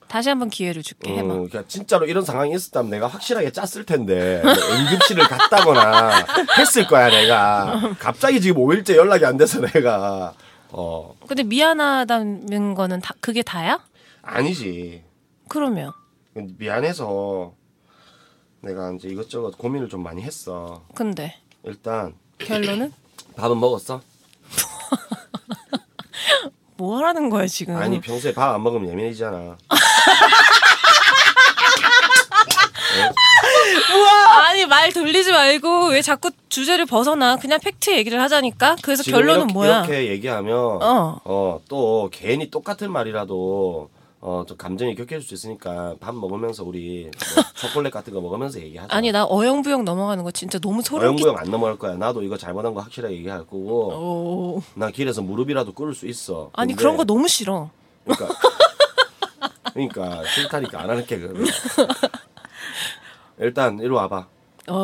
다시 한번 기회를 줄게. 음, 해봐. 그러니까 진짜로 이런 상황이 있었다면 내가 확실하게 짰을 텐데 뭐 응급실을 갔다거나 했을 거야 내가 갑자기 지금 5일째 연락이 안 돼서 내가 어 근데 미안하다는 거는 다 그게 다야? 아니지 그러면 미안해서 내가 이제 이것저것 고민을 좀 많이 했어 근데 일단 결론은 밥은 먹었어? 뭐 하라는 거야 지금? 아니 평소에 밥 안 먹으면 예민해지잖아 아니, 말 돌리지 돌리지 말고 왜 자꾸 주제를 벗어나 그냥 팩트 얘기를 하자니까 그래서 지금 결론은 이렇게, 뭐야 이렇게 얘기하면 어. 어 또 괜히 똑같은 말이라도 어좀 감정이 격해질 수 있으니까 밥 먹으면서 우리 뭐 초콜릿 같은 거 먹으면서 얘기하자. 아니 나 어영부영 넘어가는 거 진짜 너무 소름 끼 어영부영 안 넘어갈 거야. 나도 이거 잘못한 거 확실하게 얘기할 거고. 오. 나 길에서 무릎이라도 꿇을 수 있어. 아니 근데 그런 거 너무 싫어 그러니까 그러니까 싫다니까 안 할게 그러면. 일단 이리 와봐. 어.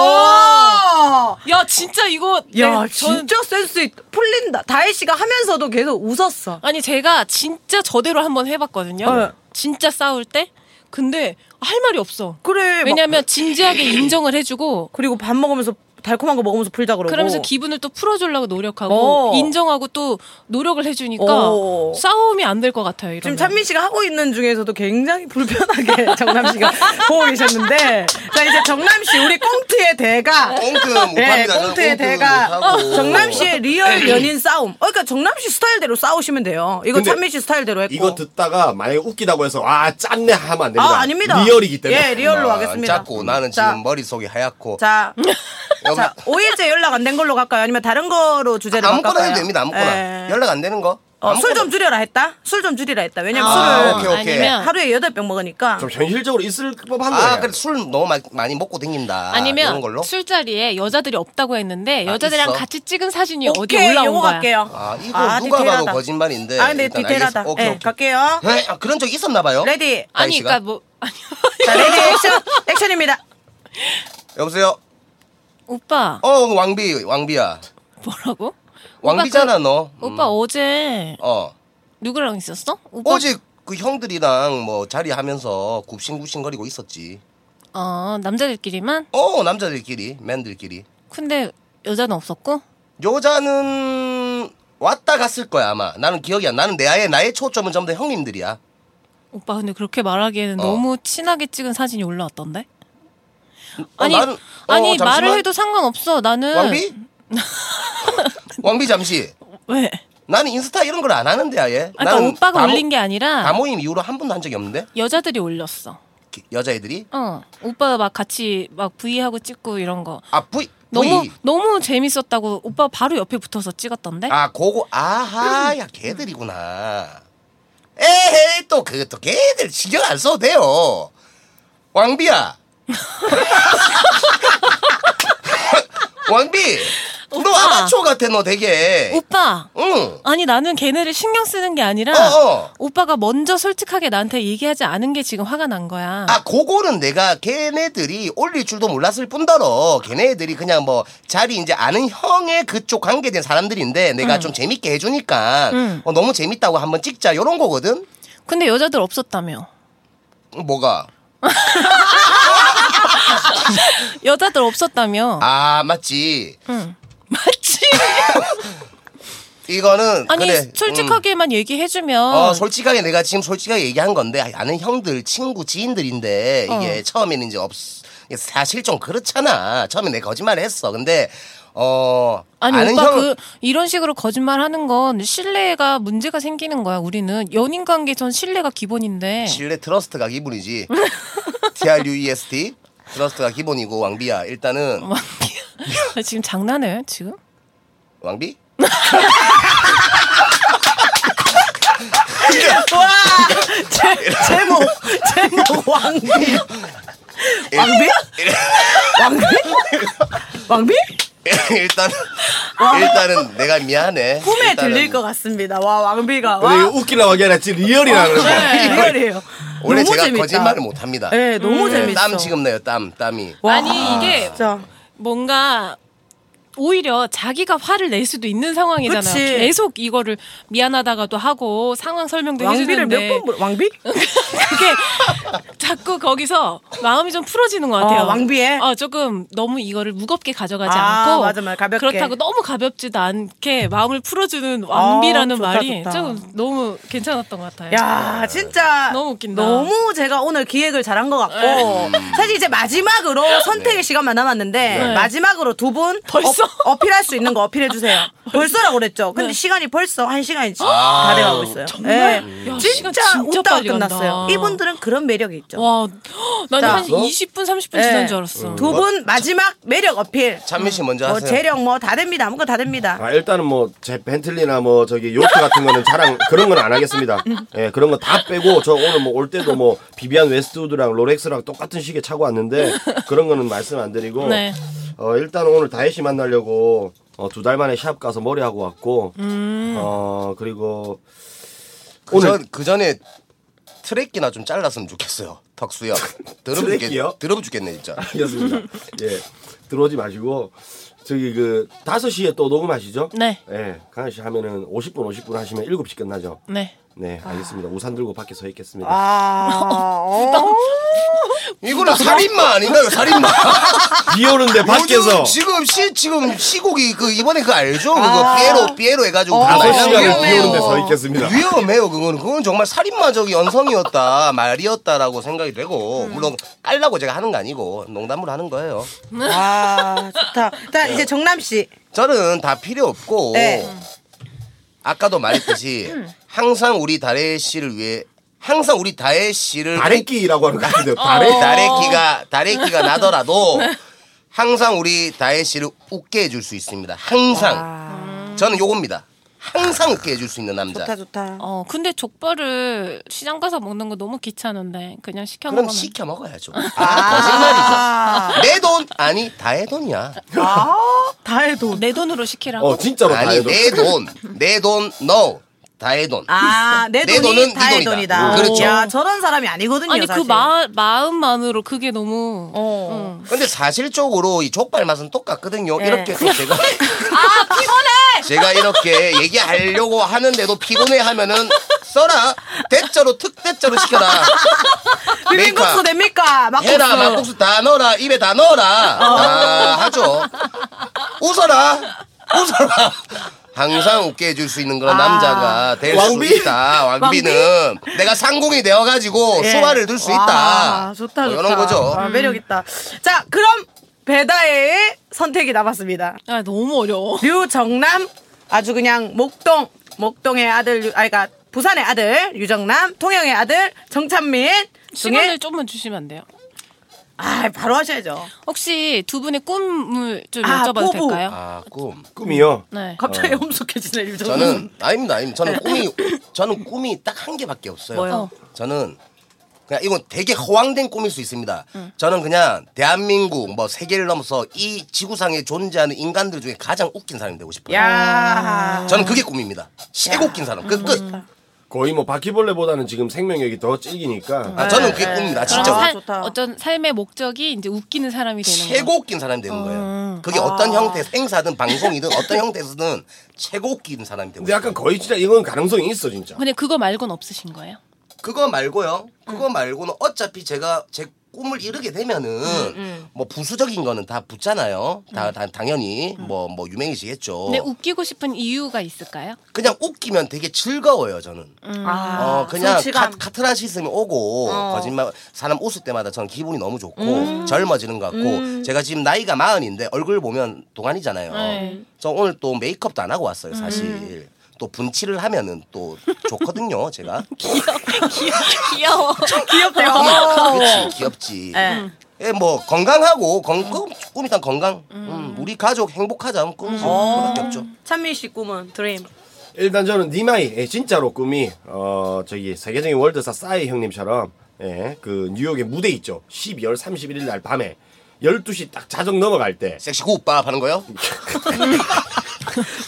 아. 야 진짜 이거 어. 네, 야 저는- 진짜 센스 있다. 풀린다. 다혜 씨가 하면서도 계속 웃었어. 아니 제가 진짜 저대로 한번 해봤거든요 어. 진짜 싸울 때 근데 할 말이 없어 그래. 막- 왜냐면 진지하게 인정을 해주고 그리고 밥 먹으면서 달콤한 거 먹으면서 풀자 그러고. 그러면서 기분을 또 풀어주려고 노력하고 어. 인정하고 또 노력을 해주니까 어. 싸움이 안 될 것 같아요 이러면. 지금 찬민 씨가 하고 있는 중에서도 굉장히 불편하게 정남 씨가 보고 계셨는데 자 이제 정남 씨 우리 꽁트의 대가 꽁트 네, 못합니다. 저는 꽁트의 꽁트 대가 못하고. 정남 씨의 리얼 연인 싸움. 어, 그러니까 정남 씨 스타일대로 싸우시면 돼요. 이거 근데 찬민 씨 스타일대로 했고. 이거 듣다가 만약에 웃기다고 해서 아 짠내 하면 안 됩니다. 아 아닙니다. 리얼이기 때문에. 예 리얼로 아, 하겠습니다. 작고 나는 자. 지금 머릿속이 하얗고 자, 여기 자 5일째 연락 안 된 걸로 갈까요? 아니면 다른 거로 주제를 아무거나 바꿀까요? 해도 됩니다. 아무거나 예. 연락 안 되는 거. 어, 술 좀 줄여라 했다. 술 좀 줄이라 했다. 왜냐면 아, 술을 오케이, 오케이. 아니면 하루에 여덟 병 먹으니까. 좀 현실적으로 있을 법한 거예요. 아, 네. 그래 술 너무 마- 많이 먹고 댕긴다. 이런 아니면 걸로. 술자리에 여자들이 없다고 했는데 아, 여자들이랑 있어? 같이 찍은 사진이 어디 오케이, 올라온 요거 거야. 갈게요. 아, 이거 누가 봐도 거짓말인데. 아, 근데 일단 디테일하다. 알겠어. 오케이, 예, 오케이. 갈게요. 에? 아, 그런 적 있었나 봐요. 레디. 아니 다혜 씨가? 그러니까 뭐 아니 자, 레디 액션. 액션입니다. 뭐- 여보세요. 오빠 어, 왕비, 왕비야. 뭐라고? 왕비잖아 너. 오빠, 음. 그, 오빠 어제 어. 누구랑 있었어? 오빠 어제 그 형들이랑 뭐 자리하면서 굽신굽신거리고 있었지. 어 남자들끼리만? 어, 남자들끼리, 맨들끼리. 근데 여자는 없었고? 여자는 왔다 갔을 거야 아마. 나는 기억이 안. 나는 내 아예 나의 초점은 전부 다 형님들이야. 오빠 근데 그렇게 말하기에는 어. 너무 친하게 찍은 사진이 올라왔던데? 어, 아니 나는- 어, 아니 말을 잠시만. 해도 상관없어 나는 왕비? 왕비 잠시. 왜? 나는 인스타 이런 걸 안 하는데 아예. 아까 그러니까 나는 오빠가 다모- 올린 게 아니라 다모임 이후로 한 번도 한 적이 없는데 여자들이 올렸어. 기- 여자애들이 어 오빠 막 같이 막 브이하고 찍고 이런 거 아 부이 너무 부이. 너무 재밌었다고 오빠 바로 옆에 붙어서 찍었던데 아 고고 아하 야 개들이구나 에헤이 또 그것도 개들 신경 안 써도 돼요 왕비야 왕비 너 오빠. 아마추어 같아 너 되게 오빠 응 아니 나는 걔네를 신경 쓰는 게 아니라 어. 어어. 오빠가 먼저 솔직하게 나한테 얘기하지 않은 게 지금 화가 난 거야 아, 그거는 내가 걔네들이 올릴 줄도 몰랐을 뿐더러 걔네들이 그냥 뭐 자리 이제 아는 형의 그쪽 관계된 사람들인데 내가 좀 재밌게 해주니까 응. 어, 너무 재밌다고 한번 찍자 요런 거거든. 근데 여자들 없었다며 뭐가? 여자들 없었다며 아 맞지. 응 맞지 이거는 아니 그래. 음. 솔직하게만 얘기해주면 어, 솔직하게 내가 지금 솔직하게 얘기한 건데 아는 형들 친구 지인들인데 이게 처음에는 이제 없 사실 좀 그렇잖아. 처음에 내가 거짓말을 했어. 근데 어 아니 아는 오빠 형 그 이런 식으로 거짓말하는 건 신뢰가 문제가 생기는 거야 우리는 연인 관계 전 신뢰가 기본인데 신뢰 네. 트러스트가 기본이지. TRUEST E 트러스트가 기본이고 왕비야 일단은 어. 아, 지금 장난해 지금 왕비? 와! 제, 제목. 제목 왕비. 왕비? 왕비? 왕비? 일단은 일단은 내가 미안해. 꿈에 일단은 들릴 것 같습니다. 와, 왕비가. 근데 이거 와. 네, 웃기려고 하기 아니라 지금 리얼이라 그러는 거야. 이거예요. 원래 너무 제가 재밌다. 거짓말을 못 합니다. 네, 너무 음. 재밌어. 음, 땀 지금 나요 땀 땀이. 와, 아니 이게 진짜. 뭔가 오히려 자기가 화를 낼 수도 있는 상황이잖아요. 그치. 계속 이거를 미안하다가도 하고 상황 설명도 왕비를 해주는데 몇번 보... 왕비? 그게 자꾸 거기서 마음이 좀 풀어지는 것 같아요. 어, 왕비에? 어, 조금 너무 이거를 무겁게 가져가지 아, 않고 맞아, 맞아. 가볍게. 그렇다고 너무 가볍지도 않게 마음을 풀어주는 왕비라는 아, 좋다, 말이 좋다. 조금 너무 괜찮았던 것 같아요. 네. 야, 진짜 너무 웃긴다. 네. 너무 제가 오늘 기획을 잘한 것 네. 같고 사실 이제 마지막으로 선택의 시간만 남았는데 마지막으로 두 분 벌써? 벌써? 어필할 수 있는 거 어필해 주세요. 벌써라고 그랬죠. 근데 시간이 벌써 한 시간이 아, 다 돼가고 있어요. 정말? 예. 음. 야, 진짜, 시간 진짜 웃다가 빨리 간다. 끝났어요. 이분들은 그런 매력이 있죠. 와, 난 자. 네. 한 20분, 30분 지난 줄 알았어. 두 분 마지막 매력 어필. 찬미 씨 먼저 뭐 하세요. 재력 뭐 다 됩니다. 아무거 다 됩니다. 아, 일단은 뭐 제 벤틀리나 뭐 저기 요트 같은 거는 자랑 그런 건 안 하겠습니다. 예, 그런 거 다 빼고 저 오늘 뭐 올 때도 뭐 비비안 웨스트우드랑 롤렉스랑 똑같은 시계 차고 왔는데 그런 거는 말씀 안 드리고 네. 어, 일단 오늘 다혜 씨 만나려고 어, 두 달 만에 샵 가서 머리 하고 왔고 음. 어, 그리고 그, 오늘- 전, 그 전에 트랙이나 좀 잘랐으면 좋겠어요. 턱수염. 더러움 트랙이요? 죽겠, 더러움 죽겠네 진짜. 알겠습니다. 예. 들어오지 마시고 저기 그 5시에 또 녹음하시죠? 네. 예. 강현 씨 하면은 50분 50분 하시면 7시 끝나죠. 네. 네, 알겠습니다. 우산 들고 밖에 서 있겠습니다. 아, 이거는 살인마 아닌가요? 살인마. 비 아, 오는데 밖에서 요즘 지금 시 지금 시국이 그 이번에 그 알죠? 아. 그거 피에로 피에로 어, 해가지고 다 다섯 난리 시간을 났는데. 비 오는데 서 아, 있겠습니다. 위험해요 그거는 그건 정말 살인마적인 연성이었다 말이었다라고 생각이 되고 음. 물론 깔라고 제가 하는 거 아니고 농담으로 하는 거예요 아, 좋다. 자, 이제 정남 씨. 저는 다 필요 없고 네. 아까도 말했듯이 항상 우리 다혜 씨를 위해 항상 우리 다혜 씨를 어. 다래끼라고 하는 것 같은데요. 아, 다래? 다래끼가 다래끼가 나더라도 항상 우리 다혜 씨를 웃게 해줄 수 있습니다 항상 저는 요겁니다 항상 웃게 해줄 수 있는 남자 좋다, 좋다. 어, 근데 족발을 시장 가서 먹는 거 너무 귀찮은데 그냥 시켜 그럼 먹으면 시켜 먹어야죠. 아, 거짓말이죠. 내 돈 아니 다의 돈이야. 아. 다해 돈. 내 돈으로 시키라고. 어, 진짜로 아니 다래도. 내 돈, 내 돈 no 다의 돈. 아, 내 내 돈이 돈은 다의 네 돈이다. 돈이다. 그렇죠. 야, 저런 사람이 아니거든요. 아니 그 사실. 마, 마음만으로 그게 너무 어. 근데 사실적으로 이 족발 맛은 똑같거든요. 이렇게 또 제가 아 피곤해. 제가 이렇게 얘기하려고 하는데도 피곤해 하면은 써라 대짜로 특대짜로 시켜라. 비빔국수 됩니까? 막국수. 그러니까 해라 막국수 다 넣어라 입에 다 넣어라 다 하죠 웃어라 웃어라 항상 웃게 해줄 수 있는 그런 남자가 될 수 왕비? 있다 왕비는 내가 상공이 되어가지고 예. 수화를 들 수 와, 있다 좋다, 뭐 좋다. 이런 거죠 아, 매력 있다. 자, 그럼 배다혜의 선택이 남았습니다. 아, 너무 어려워. 류정남 아주 그냥 목동 목동의 아들 류- 아 그러니까 부산의 아들 유정남 통영의 아들 정찬민 중에 시간을 좀만 주시면 안 돼요? 아 바로 하셔야죠. 혹시 두 분의 꿈을 좀 아, 여쭤봐도 포부. 될까요? 아꿈 꿈이요. 네. 갑자기 엄숙해지네 유정남. 어. 저는 아닙니다 아닙니다 저는 꿈이 저는 꿈이 딱 한 개밖에 없어요 뭐요? 저는 그냥 이건 되게 허황된 꿈일 수 있습니다. 저는 그냥 대한민국 뭐 세계를 넘어서 이 지구상에 존재하는 인간들 중에 가장 웃긴 사람이 되고 싶어요. 야 저는 그게 꿈입니다. 최고 웃긴 사람. 그 끝. 거의 뭐 바퀴벌레보다는 지금 생명력이 더 찔기니까. 아, 저는 그게 꿈입니다. 그럼 진짜. 살- 좋다. 어떤 삶의 목적이 이제 웃기는 사람이 되는 거. 최고 웃긴 사람이 되는 거예요. 그게 어떤 형태 행사든 방송이든 어떤 형태에서든 최고 웃긴 사람이 되고 근데 싶어요. 약간 거의 진짜 이건 가능성이 있어 진짜. 근데 그거 말고는 없으신 거예요? 그거 말고요. 그거 음. 말고는 어차피 제가 제 꿈을 이루게 되면은 음, 뭐 부수적인 거는 다 붙잖아요. 다, 다- 당연히 뭐 뭐 유명해지겠죠. 음. 근데 웃기고 싶은 이유가 있을까요? 그냥 웃기면 되게 즐거워요 저는. 음. 아, 어 아, 그냥 카, 성취감. 카트라시즘이 오고 어. 거짓말 사람 웃을 때마다 저는 기분이 너무 좋고 음. 젊어지는 것 같고 제가 지금 나이가 마흔인데 얼굴 보면 동안이잖아요. 네. 음. 저 오늘 또 메이크업도 안 하고 왔어요 사실. 또 분칠을 하면은 또 좋거든요 제가. 귀여워. 귀엽대요. 그렇지 귀엽지. 네. 예, 뭐 건강하고 건, 꿈, 꿈 일단 건강. 음, 우리 가족 행복하자 하면 꿈이죠. 그밖에 없죠. 찬민 씨 꿈은 드림. 일단 저는 니마이 예, 진짜로 꿈이 어 저기 세계적인 월드사 싸이 형님처럼 예, 그 뉴욕의 무대 있죠. 12월 31일 날 밤에 12시 딱 자정 넘어갈 때 섹시 구우밥 하는 거요?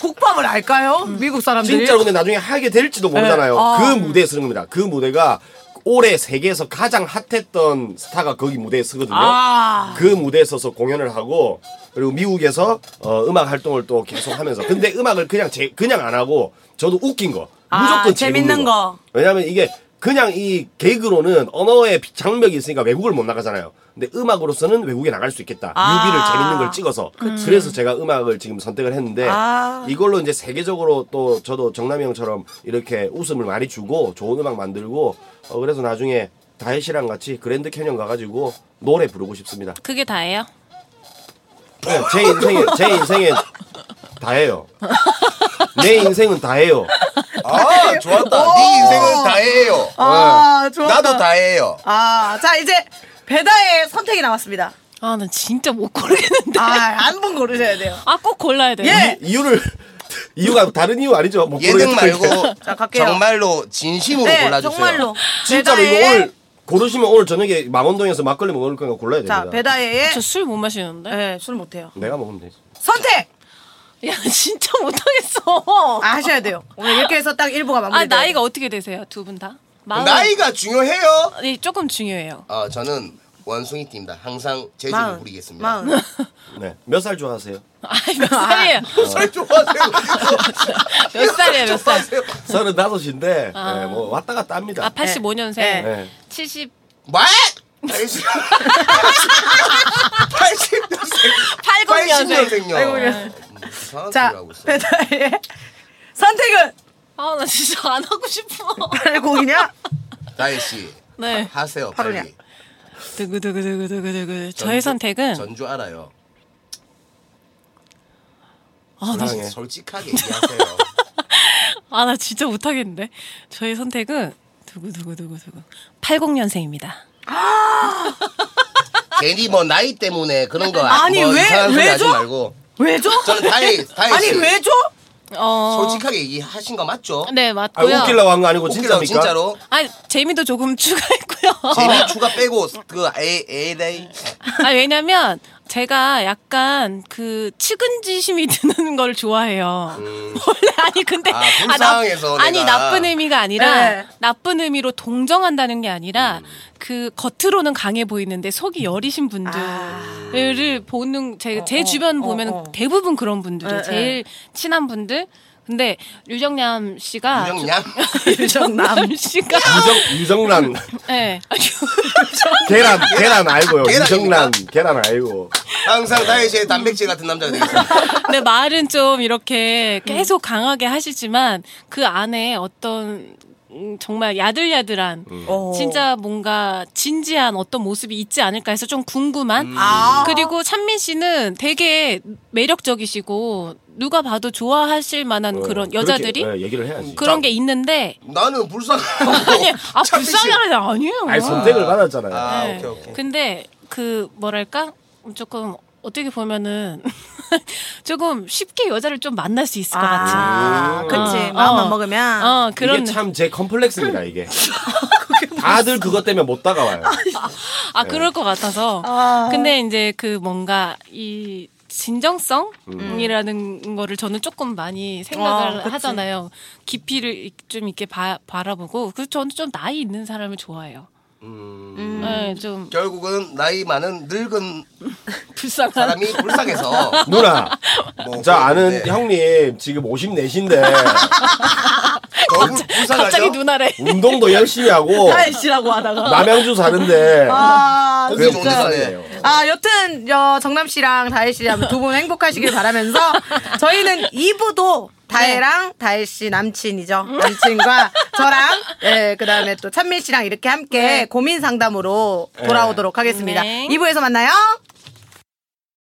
국밥을 알까요? 미국 사람들이. 진짜로 근데 나중에 하게 될지도 모르잖아요. 네. 아. 그 무대에 쓰는 겁니다. 그 무대가 올해 세계에서 가장 핫했던 스타가 거기 무대에 쓰거든요. 아. 그 무대에 서서 공연을 하고 그리고 미국에서 어, 음악 활동을 또 계속 하면서 근데 음악을 그냥 제, 그냥 안 하고 저도 웃긴 거 아, 무조건 재밌는 재밌는 거. 거. 왜냐면 이게 그냥 이 개그로는 언어의 비- 장벽이 있으니까 외국을 못 나가잖아요. 근데 음악으로서는 외국에 나갈 수 있겠다. 아. 뮤비를 재밌는 걸 찍어서. 그래서 제가 음악을 지금 선택을 했는데 아. 이걸로 이제 세계적으로 또 저도 정남이 형처럼 이렇게 웃음을 많이 주고 좋은 음악 만들고 어, 그래서 나중에 다혜 씨랑 같이 그랜드 캐년 가가지고 노래 부르고 싶습니다. 그게 다예요? 네, 제 인생에 제 인생에 다예요. 내 인생은 다예요. 아 좋았다. 네 인생은 다예요. 아, 좋았다. 네. 나도 다예요. 아, 자 이제 배다의 선택이 남았습니다. 아, 난 진짜 못 네. 고르겠는데. 아, 안 본 고르셔야 돼요. 아, 꼭 골라야 돼. 예. 이유를 이유가 다른 이유 아니죠? 뭐 못 예능 고르겠다는 게. 말고 자, 갈게요. 정말로 진심으로 골라주세요. 네, 정말로. 진짜로 이거 배다의- 오늘 고르시면 오늘 저녁에 망원동에서 막걸리 먹을 거니까 골라야 됩니다. 네, 자, 배다의 저 술 못 마시는데. 예, 술 못해요. 내가 먹으면 되지. 선택 야, 진짜 못하겠어. 아, 하셔야 돼요. 오늘 이렇게 해서 딱 일부가 아, 마무리돼요. 나이가 어떻게 되세요? 두 분 다? 마흔? 나이가 중요해요. 네, 조금 중요해요. 아 저는 원숭이 팀입니다. 항상 재주를 마흔. 부리겠습니다. 마흔. 네. 몇 살 좋아하세요? 아이, 몇 살이에요? 살 좋아하세요. 몇 살이에요, 몇 살? 서른 다섯인데 네, 뭐 왔다 갔다 합니다. 아, 85년생. 네. 네. 70, 뭐? 80 80년생 80년생. 80년생요. 아이고 자, 네. 배다의 선택은 아, 나 진짜 안 하고 싶어. 80이냐? 다혜 씨 네. 하세요 바로냐. 빨리. 두구두구두구두구두구. 아, 전주- 저의 선택은, 전주 알아요. 아, 나, 사랑해. 솔직하게 얘기하세요. 아, 나 진짜 못하겠는데. 저의 선택은, 두구두구두구두구. 80년생입니다. 괜히 뭐 나이 때문에 그런 거 아니, 뭐 왜- 이상한 소리 왜 하지 줘? 말고 왜죠? 저는 다혜 다혜 씨 아니 왜 줘? 어. 솔직하게 얘기하신 거 맞죠? 네, 아, 맞고요. 웃기려고 한 거 아니고 웃기려고 진짜입니까? 진짜로 아니, 재미도 조금 추가했고요. 재미 추가 빼고 그 A A A 아 왜냐면 제가 약간 그 측은지심이 드는 걸 좋아해요. 원래 아니 근데 음. 아, 나- 불쌍해서 아니 내가. 나쁜 의미가 아니라 네. 나쁜 의미로 동정한다는 게 아니라 음. 그 겉으로는 강해 보이는데 속이 여리신 분들을 보는 제 제 주변 보면 아. 어. 대부분 그런 분들이 네, 제일 친한 분들. 근데 유정남 씨가 유정양 유정남 씨가 유정 유정란 예. 계란 계란 알고요. 계란입니까? 유정란 계란 알고. 어, 항상 다혜 씨의 단백질 같은 남자가 되겠습니다. 근데 말은 좀 이렇게 음. 계속 강하게 하시지만 그 안에 어떤 음, 정말 야들야들한 어. 진짜 뭔가 진지한 어떤 모습이 있지 않을까 해서 좀 궁금한 아. 그리고 찬민 씨는 되게 매력적이시고 누가 봐도 좋아하실 만한 그런 어, 그렇게, 여자들이 네, 얘기를 해야지. 그런 게 있는데 나는 불쌍하고 아니 아 어, 찬미 씨. 불쌍하지 아니에요. 아니 선택을 받았잖아요. 아 네. 오케이 오케이 근데 그 뭐랄까 조금 어떻게 보면은 조금 쉽게 여자를 좀 만날 수 있을 것 같은. 아, 그치. 어, 마음만 어. 먹으면. 어 이게 그런 참 제 컴플렉스입니다 이게. 다들 그것 때문에 못 다가와요. 아 그럴 것 같아서 아. 근데 이제 그 뭔가 이 진정성이라는 거를 저는 조금 많이 아, 생각을 그치. 하잖아요 깊이를 좀 이렇게 봐, 바라보고 그래서 저는 좀 나이 있는 사람을 좋아해요 음. 네, 좀 결국은 나이 많은 늙은 불쌍한 사람이 불쌍해서 누나, 뭐 저 아는 그런데 형님 지금 54신데 더 불- 불쌍하죠? 갑자기 누나래 운동도 열심히 하고 아이씨라고 하다가. 남양주 사는데 아, 그게 못 진짜. 사네요. 아, 여튼, 여, 정남 씨랑 다혜 씨랑 두 분 행복하시길 바라면서 저희는 2부도 다혜랑 다혜 씨 남친이죠. 남친과 저랑, 예, 그 다음에 또 찬민 씨랑 이렇게 함께 고민 상담으로 돌아오도록 하겠습니다. 네. 2부에서 만나요.